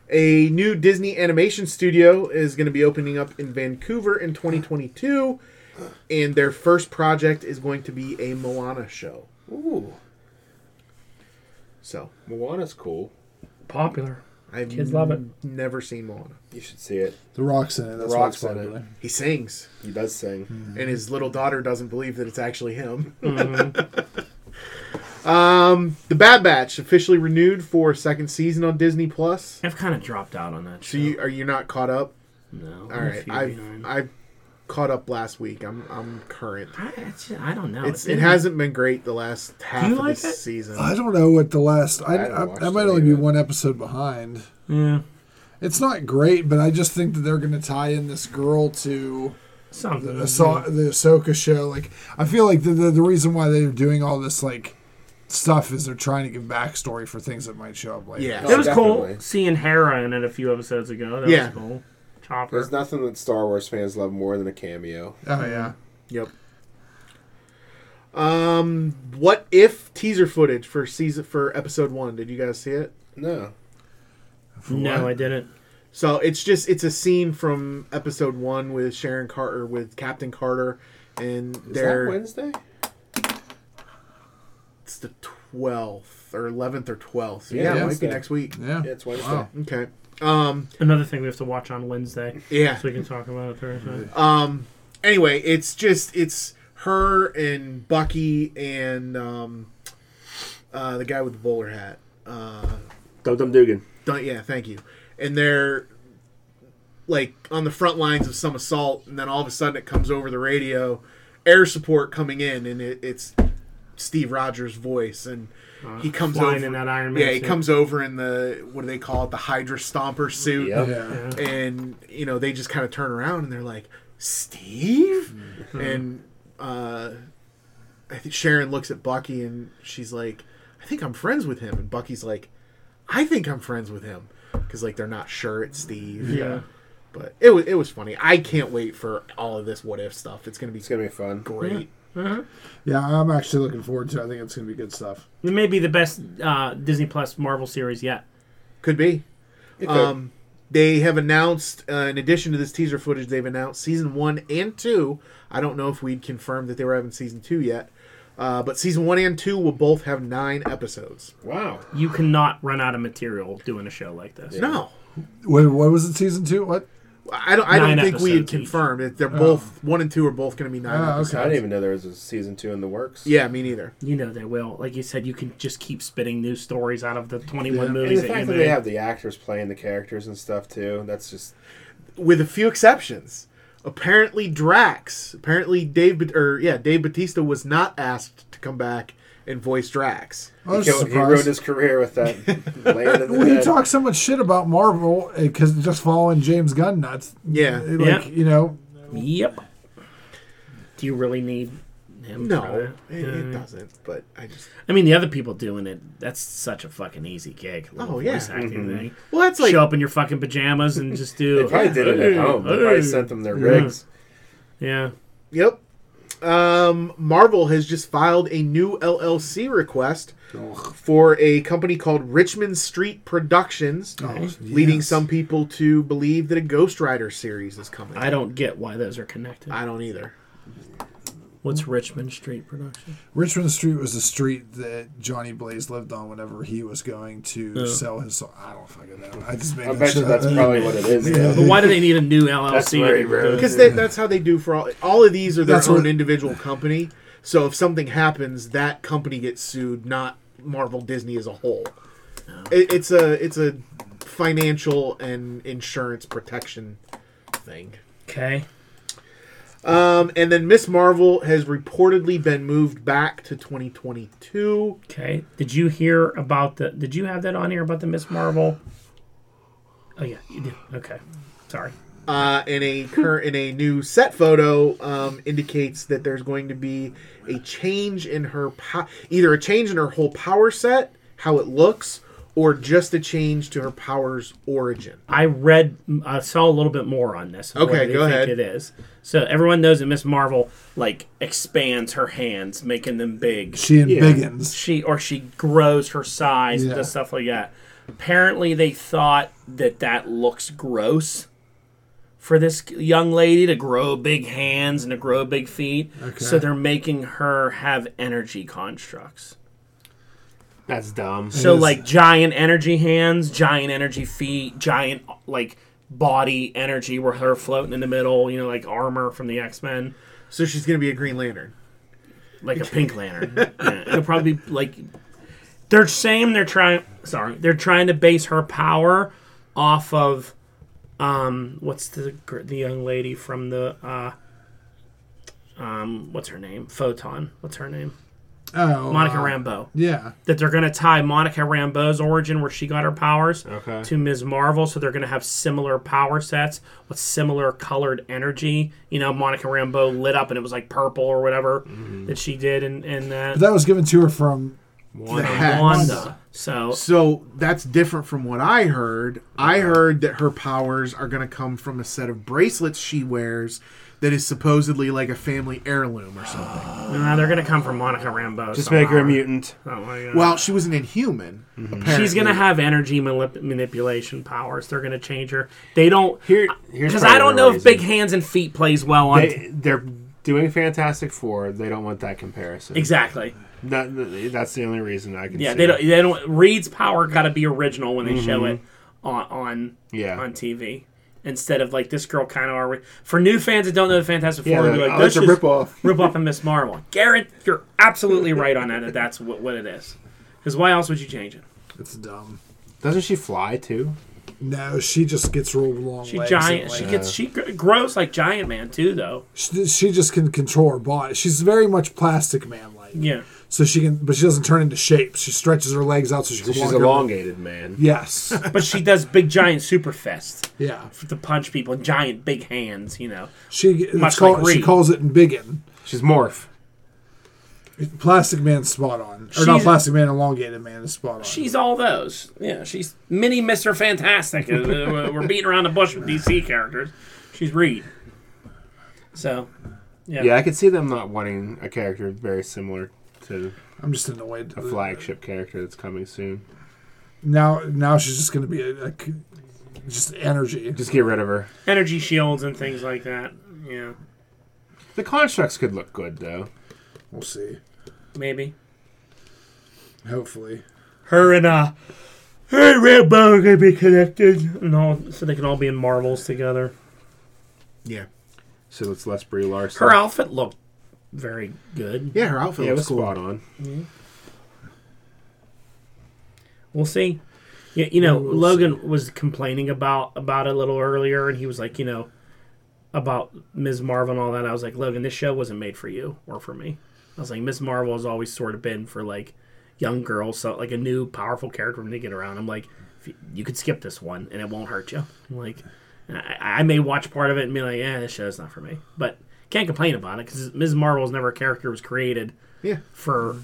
Speaker 4: A new Disney animation studio is going to be opening up in Vancouver in 2022, and their first project is going to be a Moana show.
Speaker 3: Ooh,
Speaker 4: So
Speaker 3: Moana's cool.
Speaker 1: Popular.
Speaker 4: I've
Speaker 1: Kids love it.
Speaker 4: never seen Moana.
Speaker 3: You should see it.
Speaker 2: the rocks in it. That's rocks
Speaker 3: Rock's in
Speaker 2: popular.
Speaker 3: it.
Speaker 4: He sings,
Speaker 3: He does sing.
Speaker 1: Hmm.
Speaker 4: and his little daughter doesn't believe that it's actually him.
Speaker 1: Mm-hmm.
Speaker 4: um, the Bad Batch officially renewed for a second season on Disney Plus.
Speaker 1: I've kind of dropped out on that.
Speaker 4: So
Speaker 1: Show.
Speaker 4: you are you not caught up?
Speaker 1: no.
Speaker 4: All right, I've I've caught up last week. I'm I'm current.
Speaker 1: I, it's, I don't know.
Speaker 4: It's
Speaker 1: It
Speaker 4: it hasn't been great the last half
Speaker 1: you
Speaker 4: of
Speaker 1: like
Speaker 4: this
Speaker 1: it?
Speaker 4: season.
Speaker 2: I don't know what the last. I,
Speaker 3: I
Speaker 2: I,
Speaker 3: haven't watched
Speaker 2: I might
Speaker 3: it
Speaker 2: only be
Speaker 3: either.
Speaker 2: one episode behind.
Speaker 1: yeah.
Speaker 2: It's not great, but I just think that they're going to tie in this girl to the,
Speaker 3: Uh,
Speaker 1: Something.
Speaker 2: Ahso- the Ahsoka show. Like, I feel like the, the the reason why they're doing all this like stuff is they're trying to give backstory for things that might show up later.
Speaker 4: Yeah.
Speaker 1: It was cool
Speaker 3: uh, Definitely.
Speaker 1: seeing Hera in it a few episodes ago. That
Speaker 4: Yeah.
Speaker 1: was cool. Chopper.
Speaker 3: There's nothing that Star Wars fans love more than a cameo.
Speaker 2: Oh yeah.
Speaker 4: Yep. Um, what if teaser footage for season for episode one? Did you guys see it?
Speaker 3: No. Mm-hmm.
Speaker 1: no,
Speaker 2: What?
Speaker 1: I didn't.
Speaker 4: So it's just it's a scene from episode one with Sharon Carter with Captain Carter, and
Speaker 3: Is
Speaker 4: they're
Speaker 3: that Wednesday?
Speaker 4: it's the twelfth or eleventh or twelfth. So
Speaker 3: Yeah,
Speaker 4: yeah, it might be
Speaker 3: Wednesday.
Speaker 4: next week.
Speaker 2: Yeah.
Speaker 3: Yeah, it's Wednesday.
Speaker 2: Wow.
Speaker 4: Okay. Um.
Speaker 1: Another thing we have to watch on Wednesday,
Speaker 4: Yeah.
Speaker 1: so we can talk about it Thursday.
Speaker 4: Um. Anyway, it's just it's her and Bucky and um, uh, the guy with the bowler hat. Uh,
Speaker 3: Dum Dum Dugan.
Speaker 4: Dun- yeah, thank you. And they're like on the front lines of some assault, and then all of a sudden it comes over the radio, air support coming in, and it, it's Steve Rogers' voice, and he comes
Speaker 1: Uh, flying
Speaker 4: over
Speaker 1: in that Iron Man
Speaker 4: Yeah, he
Speaker 1: suit.
Speaker 4: comes over in the what do they call it, the Hydra Stomper suit,
Speaker 3: Yep.
Speaker 2: Yeah.
Speaker 4: and you know they just kind of turn around and they're like, Steve,
Speaker 3: Mm-hmm.
Speaker 4: and uh, I think Sharon looks at Bucky and she's like, I think I'm friends with him, and Bucky's like, I think I'm friends with him because like they're not sure it's Steve.
Speaker 3: Yeah.
Speaker 4: But it was it was funny. I can't wait for all of this what if stuff. It's gonna be
Speaker 3: It's gonna be fun.
Speaker 4: great.
Speaker 2: Yeah, I'm actually looking forward to. it. I think it's gonna be good stuff.
Speaker 1: It may be the best uh, Disney Plus Marvel series yet.
Speaker 4: Could be.
Speaker 3: It could.
Speaker 4: Um, they have announced, uh, in addition to this teaser footage, they've announced season one and two. I don't know if we'd confirmed that they were having season two yet, uh, but season one and two will both have nine episodes.
Speaker 3: wow.
Speaker 1: You cannot run out of material doing a show like this.
Speaker 4: No,
Speaker 2: Wait, what was it? Season two? What?
Speaker 4: I don't. I don't
Speaker 1: Nine
Speaker 4: think we had
Speaker 1: episodes each.
Speaker 4: confirmed that they're both one and two are both going to be nine.
Speaker 2: Oh,
Speaker 4: episodes.
Speaker 2: okay.
Speaker 3: I didn't even know there was a season two in the works.
Speaker 4: Yeah, me neither.
Speaker 1: You know they will. Like you said, you can just keep spitting new stories out of the 21
Speaker 2: Yeah.
Speaker 1: movies
Speaker 3: And the
Speaker 1: that you
Speaker 3: fact that
Speaker 1: made.
Speaker 3: they have the actors playing the characters and stuff too, that's just
Speaker 4: with a few exceptions. Apparently, Drax. Apparently, Dave Bat- or yeah, Dave Batista was not asked to come back and voice Drax.
Speaker 2: I was
Speaker 3: he, killed, he ruined
Speaker 2: surprised.
Speaker 3: his career with that land of the
Speaker 2: Well, he
Speaker 3: Dead.
Speaker 2: talks so much shit about Marvel because just following James Gunn nuts.
Speaker 4: Yeah.
Speaker 2: like
Speaker 1: Yeah.
Speaker 2: you know,
Speaker 1: Yep. Do you really need him?
Speaker 4: No,
Speaker 1: for that?
Speaker 4: it, it doesn't. But I just
Speaker 1: I mean, the other people doing it, that's such a fucking easy gig.
Speaker 4: Oh,
Speaker 1: Little
Speaker 4: yeah.
Speaker 1: voice acting
Speaker 3: Mm-hmm.
Speaker 1: thing.
Speaker 4: well, that's like
Speaker 1: Show up in your fucking pajamas and just do.
Speaker 3: They probably did it at home. They probably sent them their rigs.
Speaker 1: Yeah.
Speaker 4: yep. Um, Marvel has just filed a new LLC request for a company called Richmond Street Productions,
Speaker 2: Oh,
Speaker 4: leading
Speaker 2: yes.
Speaker 4: some people to believe that a Ghost Rider series is coming.
Speaker 1: I don't get why those are connected.
Speaker 4: I don't either.
Speaker 1: What's Richmond Street production?
Speaker 2: Richmond Street was the street that Johnny Blaze lived on whenever he was going to sell his. Song. I don't fucking know. I just made
Speaker 3: I
Speaker 2: that
Speaker 3: bet you
Speaker 2: shit
Speaker 3: that's
Speaker 2: up.
Speaker 3: probably what it is.
Speaker 2: Yeah.
Speaker 1: But why do they need a new LLC?
Speaker 3: That's very rude.
Speaker 4: because that, that's how they do for all all of these are their
Speaker 2: That's
Speaker 4: own
Speaker 2: what-
Speaker 4: individual company so if something happens that company gets sued not marvel disney as a whole it, it's a it's a financial and insurance protection thing
Speaker 1: Okay.
Speaker 4: um, and then miss marvel has reportedly been moved back to 2022
Speaker 1: Okay. Did you hear about the? Did you have that on here about the Miss Marvel? Oh yeah, you did. Okay. Sorry.
Speaker 4: uh, in a current in a new set photo um, indicates that there's going to be a change in her po- either a change in her whole power set, how it looks, or just a change to her powers origin.
Speaker 1: I read, I saw a little bit more on this. of what
Speaker 4: Okay,
Speaker 1: they
Speaker 4: go
Speaker 1: think
Speaker 4: ahead.
Speaker 1: It is so everyone knows that Miss Marvel like expands her hands, making them big.
Speaker 2: She and Biggins.
Speaker 1: She or she grows her size and
Speaker 2: Yeah.
Speaker 1: does stuff like that. Apparently, they thought that that looks gross for this young lady to grow big hands and to grow big feet. So they're making her have energy constructs.
Speaker 3: That's dumb.
Speaker 1: So
Speaker 2: is.
Speaker 1: like giant energy hands, giant energy feet, giant like body energy where her floating in the middle, you know, like armor from the X Men,
Speaker 4: So she's going to be a Green Lantern.
Speaker 1: like a Pink Lantern. Yeah, it'll probably be like they're saying they're trying. Sorry, they're trying to base her power off of um what's the gr- the young lady from the uh um what's her name photon what's her name
Speaker 2: Oh,
Speaker 1: Monica
Speaker 2: uh,
Speaker 1: Rambeau
Speaker 2: Yeah,
Speaker 1: that they're going to tie Monica Rambeau's origin, where she got her powers,
Speaker 3: Okay.
Speaker 1: to Ms. Marvel. So they're going to have similar power sets with similar colored energy. You know, Monica Rambeau lit up and it was like purple or whatever
Speaker 3: Mm-hmm.
Speaker 1: that she did, and and that
Speaker 2: but that was given to her from.
Speaker 4: The
Speaker 1: Wanda.
Speaker 4: hex.
Speaker 1: So
Speaker 4: So that's different from what I heard. I heard that her powers are going to come from a set of bracelets she wears that is supposedly like a family heirloom or something.
Speaker 1: nah, they're going to come from Monica Rambeau.
Speaker 3: Just make her a
Speaker 1: somehow.
Speaker 3: mutant.
Speaker 1: Oh my God.
Speaker 4: Well, she was an Inhuman.
Speaker 3: Mm-hmm.
Speaker 1: She's
Speaker 4: apparently.
Speaker 1: gonna have energy manip- manipulation powers. They're gonna change her. They don't
Speaker 3: Here, here's
Speaker 1: because
Speaker 3: probably
Speaker 1: I don't
Speaker 3: the
Speaker 1: know if
Speaker 3: reason.
Speaker 1: big hands and feet plays well on
Speaker 3: They, they're doing Fantastic Four. They don't want that comparison.
Speaker 1: exactly.
Speaker 3: That, that's the only reason I can.
Speaker 1: Yeah,
Speaker 3: see
Speaker 1: they
Speaker 3: it.
Speaker 1: don't. They don't. Reed's power got to be original when they show it on on
Speaker 3: Mm-hmm. Yeah.
Speaker 1: on TV instead of like this girl kind of are. For new fans that don't know the Fantastic Four, they're like,
Speaker 3: oh,
Speaker 1: "That's
Speaker 3: it's a
Speaker 1: just
Speaker 3: ripoff."
Speaker 1: rip off of Miss Marvel." Garrett, you're absolutely right on that. That that's what, what it is. Because why else would you change it?
Speaker 2: It's dumb.
Speaker 3: Doesn't she fly too?
Speaker 2: No, she just gets rolled long
Speaker 1: She
Speaker 2: ways.
Speaker 1: giant.
Speaker 2: and,
Speaker 1: She
Speaker 2: like,
Speaker 1: gets. She gr- grows like Giant Man too, though.
Speaker 2: she, she just can control her body. She's very much plastic man like.
Speaker 1: Yeah.
Speaker 2: So she can, but she doesn't turn into shape. She stretches her legs out so she
Speaker 3: So
Speaker 2: can
Speaker 3: she's
Speaker 2: walk. her-
Speaker 3: elongated, man.
Speaker 2: Yes.
Speaker 1: But she does big giant super fest
Speaker 2: yeah.
Speaker 1: to punch people and giant big hands. You know.
Speaker 2: She it's
Speaker 1: Much
Speaker 2: called,
Speaker 1: like
Speaker 2: she
Speaker 1: Reed.
Speaker 2: calls it biggin.
Speaker 3: She's morph.
Speaker 2: Plastic Man spot on, or not
Speaker 1: She's-
Speaker 2: Plastic Man, Elongated Man is spot on.
Speaker 1: She's all those. Yeah. She's mini Mister Fantastic. Uh, uh, We're beating around the bush with DC characters. She's Reed. So. Yeah.
Speaker 3: Yeah, I could see them not wanting a character very similar to
Speaker 2: I'm just annoyed.
Speaker 3: a flagship character that's coming soon.
Speaker 2: Now, now she's just gonna be a, a c- just energy.
Speaker 3: Just get rid of her.
Speaker 1: Energy shields and things like that. Yeah.
Speaker 3: The constructs could look good though.
Speaker 2: We'll see.
Speaker 1: Maybe.
Speaker 2: Hopefully,
Speaker 1: her and uh her and Rambo are gonna be connected and all so they can all be in Marvels together.
Speaker 4: Yeah.
Speaker 3: So it's less Brie Larson.
Speaker 1: Her outfit looked very good.
Speaker 4: Yeah, her outfit
Speaker 3: yeah, it
Speaker 4: was
Speaker 3: was
Speaker 4: cool.
Speaker 3: spot on.
Speaker 1: We'll see. Yeah, you know, Logan was complaining about about it a little earlier and he was like, you know, about Ms. Marvel and all that. I was like, Logan, this show wasn't made for you or for me. I was like, Ms. Marvel has always sort of been for like young girls, so like a new powerful character when they get around. I'm like, if you, you could skip this one and it won't hurt you. I'm like, and I, I may watch part of it and be like, yeah, this show's not for me, but can't complain about it because Ms. Marvel's never a character who was created
Speaker 4: Yeah.
Speaker 1: for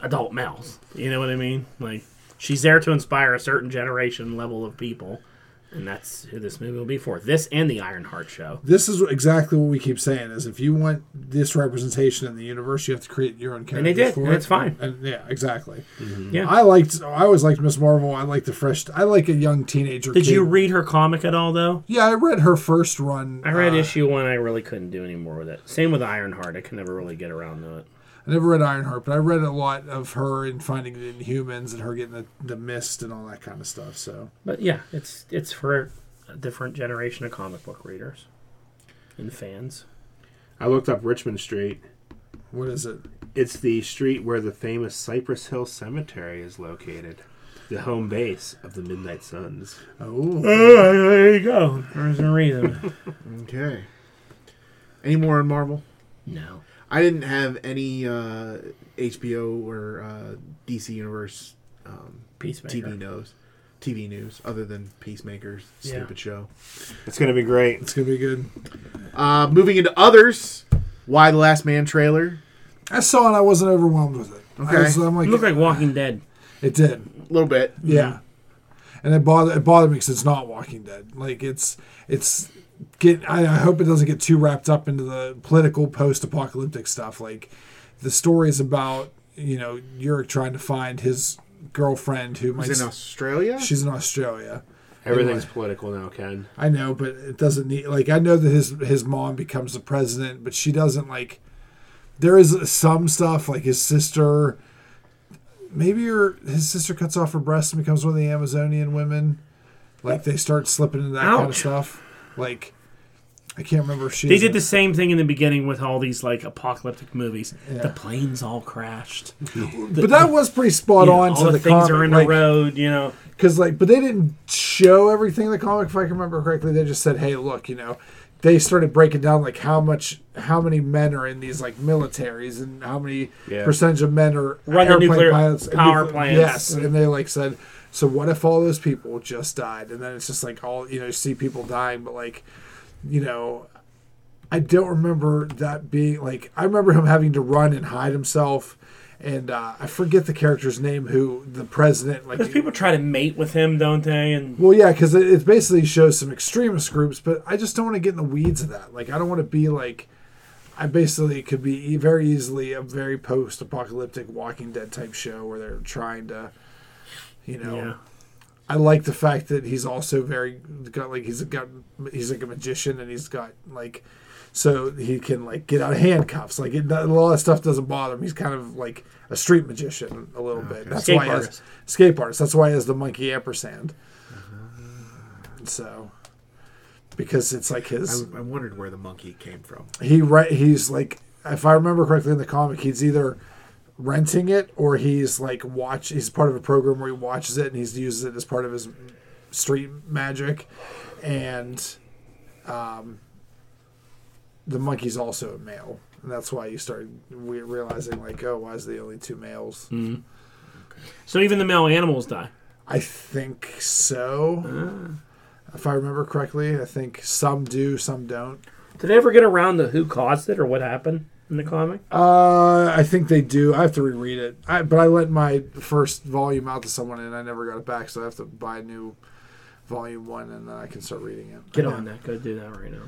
Speaker 1: adult males. You know what I mean? Like, she's there to inspire a certain generation level of people. And that's who this movie will be for. This and the Iron Heart show.
Speaker 2: this is exactly what we keep saying: is if you want this representation in the universe, you have to create your own character.
Speaker 1: they did,
Speaker 2: for
Speaker 1: and
Speaker 2: it.
Speaker 1: it's fine.
Speaker 2: And yeah, exactly.
Speaker 1: Yeah.
Speaker 2: I liked. I always liked Miss Marvel. I like the fresh. I like a young teenager.
Speaker 1: Did
Speaker 2: kid.
Speaker 1: you read her comic at all, though? Uh,
Speaker 2: Yeah, I read her first run. uh,
Speaker 1: I read issue one. I really couldn't do any more with it. Same with Ironheart. I could never really get around to it.
Speaker 2: I never read Ironheart, but I read a lot of her and finding the Inhumans and her getting the, the mist and all that kind of stuff. So
Speaker 1: But yeah, it's it's for a different generation of comic book readers and fans.
Speaker 3: I looked up Richmond Street.
Speaker 2: what is it?
Speaker 3: It's the street where the famous Cypress Hill Cemetery is located, the home base of the Midnight Suns.
Speaker 2: Oh,
Speaker 1: there you go. There's a reason.
Speaker 4: Okay. Any more on Marvel?
Speaker 1: no.
Speaker 4: I didn't have any uh, HBO or uh, DC Universe um,
Speaker 1: Peacemaker.
Speaker 4: TV knows. TV news, other than Peacemakers,
Speaker 1: Yeah.
Speaker 4: stupid show.
Speaker 3: It's gonna be great.
Speaker 2: it's gonna be good.
Speaker 4: Uh, moving into others, why the Last Man trailer?
Speaker 2: I saw it. I wasn't overwhelmed with it. I
Speaker 4: Okay.
Speaker 2: was- I'm
Speaker 1: It
Speaker 2: like,
Speaker 1: looked like Walking Dead.
Speaker 2: it did.
Speaker 4: A little bit.
Speaker 2: Yeah, and it bothered it bothered me because it's not Walking Dead. Like it's it's get. I, I hope it doesn't get too wrapped up into the political post apocalyptic stuff. Like the story is about you know Yurik trying to find his girlfriend who might.
Speaker 4: It's in Australia.
Speaker 2: She's in Australia.
Speaker 3: Everything's political now, Ken.
Speaker 2: I know, but it doesn't need like I know that his his mom becomes the president, but she doesn't like there is some stuff like his sister maybe her his sister cuts off her breast and becomes one of the Amazonian women. Like they start slipping into that kind of
Speaker 1: Ouch.
Speaker 2: stuff. Like I can't remember if she
Speaker 1: They did the same thing in the beginning with all these like apocalyptic movies.
Speaker 2: Yeah.
Speaker 1: The planes all crashed.
Speaker 2: But that was pretty spot
Speaker 1: You know,
Speaker 2: on
Speaker 1: all
Speaker 2: to
Speaker 1: the,
Speaker 2: the,
Speaker 1: things
Speaker 2: comic.
Speaker 1: are in
Speaker 2: like,
Speaker 1: a road. You know,
Speaker 2: Because like, but they didn't show everything in the comic, if I can remember correctly. They just said, "Hey, look, you know." They started breaking down like how much, how many men are in these like militaries, and how many
Speaker 3: Yeah.
Speaker 2: percentage of men are
Speaker 1: Run the
Speaker 2: airplane
Speaker 1: nuclear
Speaker 2: pilots,
Speaker 1: power
Speaker 2: nucle-
Speaker 1: plants.
Speaker 2: Yes, and they like said, so what if all those people just died? And then it's just like all you know, you see people dying, but like, you know, I don't remember that being like I remember him having to run and hide himself. And uh, I forget the character's name. Who the president? Like
Speaker 1: because people try to mate with him, don't they? And
Speaker 2: well, yeah, because it, it basically shows some extremist groups, but I just don't want to get in the weeds of that. Like, I don't want to be like, I basically could be e- very easily a very post-apocalyptic Walking Dead type show where they're trying to, you know.
Speaker 1: yeah,
Speaker 2: I like the fact that he's also very got like he's got he's like a magician and he's got like, so he can like get out of handcuffs. Like it, a lot of stuff doesn't bother him. He's kind of like a street magician a little bit. That's
Speaker 1: Escape
Speaker 2: why he has-
Speaker 1: artist.
Speaker 2: escape artist. That's why he has the monkey ampersand. So, because it's like his
Speaker 4: I, I wondered where the monkey came from.
Speaker 2: he re- he's like if I remember correctly in the comic, he's either renting it or he's like watch he's part of a program where he watches it and he's uses it as part of his street magic, and um, the monkey's also a male, and that's why you start we- realizing like, oh, why is the only two males?
Speaker 1: Mm-hmm. So even the male animals die.
Speaker 2: I think so. If I remember correctly, I think some do, some don't.
Speaker 1: Did they ever get around to who caused it or what happened in the comic?
Speaker 2: Uh, I think they do. I have to reread it. I, but I lent my first volume out to someone and I never got it back, so I have to buy a new volume one and then I can start reading it.
Speaker 1: Get on that. Go do that right now.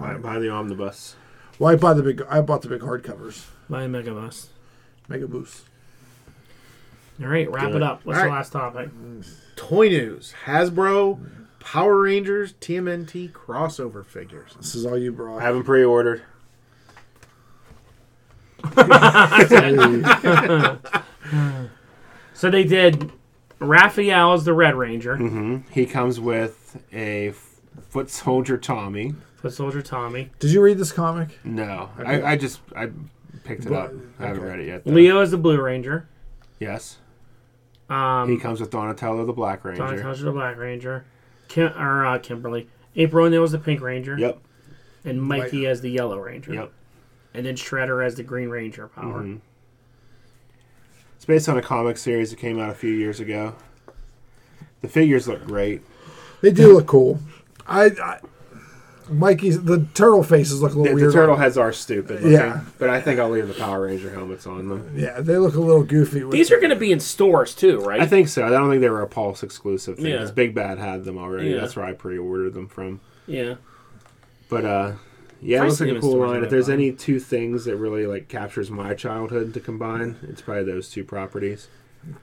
Speaker 3: Buy, buy the omnibus.
Speaker 2: Well, I bought the big. I bought the big hardcovers.
Speaker 1: Buy a mega bus.
Speaker 2: Mega boost.
Speaker 1: All right, wrap
Speaker 3: Do
Speaker 1: it
Speaker 3: it.
Speaker 1: up. What's
Speaker 4: All
Speaker 1: the
Speaker 4: right.
Speaker 1: last topic?
Speaker 4: Toy news: Hasbro
Speaker 3: Mm-hmm.
Speaker 4: Power Rangers TMNT crossover figures.
Speaker 2: This is all you brought.
Speaker 3: I haven't pre-ordered.
Speaker 1: So they did. Raphael is the Red Ranger.
Speaker 3: Mm-hmm. He comes with a f- foot soldier Tommy.
Speaker 1: Foot Soldier Tommy.
Speaker 2: Did you read this comic?
Speaker 3: No,
Speaker 2: Okay.
Speaker 3: I, I just I picked it up. I haven't
Speaker 2: Okay.
Speaker 3: read it yet. though.
Speaker 1: Leo is the Blue Ranger.
Speaker 3: Yes, he
Speaker 1: Um,
Speaker 3: comes with Donatello the Black Ranger.
Speaker 1: Donatello's the Black Ranger. Kim, or uh, Kimberly. April O'Neil is the Pink Ranger.
Speaker 3: Yep,
Speaker 1: And Mikey as the Yellow Ranger.
Speaker 3: yep. Mm-hmm.
Speaker 1: And then Shredder as the Green Ranger power.
Speaker 3: It's based on a comic series that came out a few years ago. The figures look great.
Speaker 2: They do look cool. I, I Mikey's the turtle faces look a
Speaker 3: The,
Speaker 2: little
Speaker 3: the
Speaker 2: weird.
Speaker 3: turtle heads are stupid. Looking,
Speaker 2: Yeah.
Speaker 3: but I think I'll leave the Power Ranger helmets on them.
Speaker 2: Yeah, they look a little goofy. With
Speaker 1: These are going to be in stores too, right?
Speaker 3: I think so. I don't think they were a Pulse exclusive thing.
Speaker 1: Yeah.
Speaker 3: 'cause Big Bad had them already.
Speaker 1: Yeah.
Speaker 3: That's where I pre-ordered them from.
Speaker 1: yeah.
Speaker 3: But uh, yeah, it
Speaker 1: I
Speaker 3: looks
Speaker 1: see them
Speaker 3: like a
Speaker 1: in
Speaker 3: cool
Speaker 1: stores
Speaker 3: line.
Speaker 1: when
Speaker 3: If
Speaker 1: I
Speaker 3: there's
Speaker 1: buy
Speaker 3: any two things that really like captures my childhood to combine, it's probably those two properties.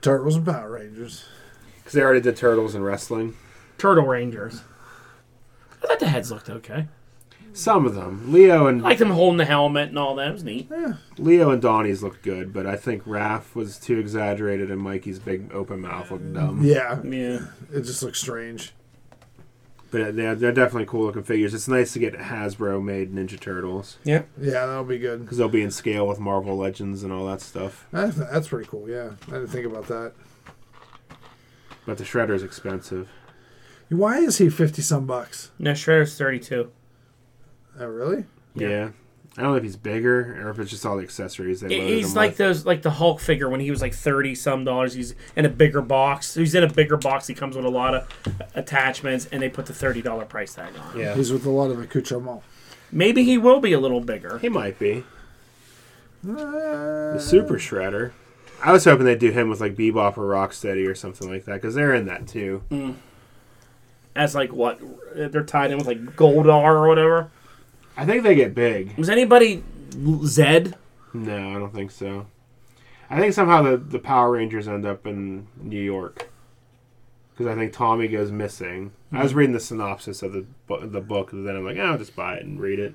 Speaker 2: turtles and Power Rangers.
Speaker 3: Because they already did turtles and wrestling.
Speaker 1: Turtle Rangers. I thought the heads looked okay.
Speaker 3: Some of them, Leo
Speaker 1: I
Speaker 3: and
Speaker 1: liked them holding the helmet and all that. It was neat.
Speaker 3: Leo and Donnie's looked good, but I think Raph was too exaggerated, and Mikey's big open mouth looked dumb.
Speaker 2: Yeah,
Speaker 1: Yeah.
Speaker 2: it just looks strange.
Speaker 3: But they're, they're definitely cool looking figures. It's nice to get Hasbro made Ninja Turtles
Speaker 1: Yeah.
Speaker 2: Yeah, that'll be good.
Speaker 3: because they'll be in scale with Marvel Legends and all that stuff.
Speaker 2: That's, that's pretty cool. Yeah, I didn't think about that.
Speaker 3: But the Shredder's expensive.
Speaker 2: Why is he fifty some bucks?
Speaker 1: No, Shredder's 32.
Speaker 2: Oh, really?
Speaker 3: Yeah. I don't know if he's bigger or if it's just all the accessories they
Speaker 1: It-
Speaker 3: loaded
Speaker 1: He's
Speaker 3: him
Speaker 1: like
Speaker 3: with.
Speaker 1: those, like the Hulk figure when he was like 30 some dollars. He's in a bigger box. He's in a bigger box. He comes with a lot of attachments and they put the $30 price tag on.
Speaker 3: Yeah.
Speaker 2: He's with a lot of accoutrement.
Speaker 1: Maybe he will be a little bigger.
Speaker 3: He might be.
Speaker 2: Uh,
Speaker 3: The Super Shredder. I was hoping they'd do him with like Bebop or Rocksteady or something like that because they're in that too.
Speaker 1: As like what? They're tied in with like Goldar or whatever.
Speaker 3: I think they get big.
Speaker 1: Was anybody Zed?
Speaker 3: No, I don't think so. I think somehow the, the Power Rangers end up in New York because I think Tommy goes missing. I was reading the synopsis of the bu- the book and then I'm like, oh, I'll just buy it and read it.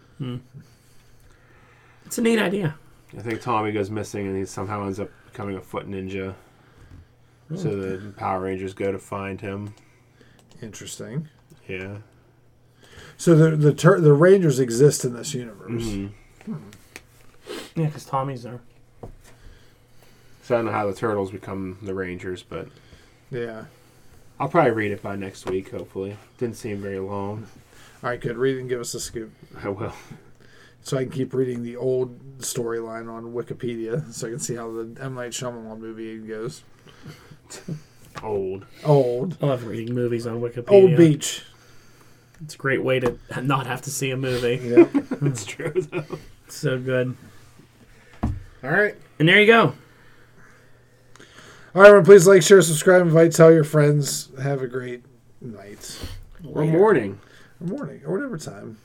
Speaker 1: It's a neat idea.
Speaker 3: I think Tommy goes missing and he somehow ends up becoming a foot ninja. So the Power Rangers go to find him.
Speaker 2: interesting.
Speaker 3: Yeah.
Speaker 2: So the the tur- the Rangers exist in this universe.
Speaker 1: Yeah, because Tommy's there.
Speaker 3: So I don't know how the turtles become the Rangers, but
Speaker 2: Yeah.
Speaker 3: I'll probably read it by next week, hopefully. Didn't seem very long.
Speaker 2: All right, good. Read and give us a scoop,
Speaker 3: I will.
Speaker 2: so I can keep reading the old storyline on Wikipedia, so I can see how the M Night Shyamalan movie goes.
Speaker 3: Old.
Speaker 2: Old,
Speaker 1: I love reading movies on Wikipedia.
Speaker 2: old beach.
Speaker 1: It's a great way to not have to see a movie.
Speaker 2: Yeah.
Speaker 3: That's true, though.
Speaker 1: It's so good.
Speaker 4: All right,
Speaker 1: And there you go.
Speaker 2: All right, everyone. Please like, share, subscribe, invite, tell your friends. Have a great night
Speaker 3: Or morning.
Speaker 2: or morning or whatever time.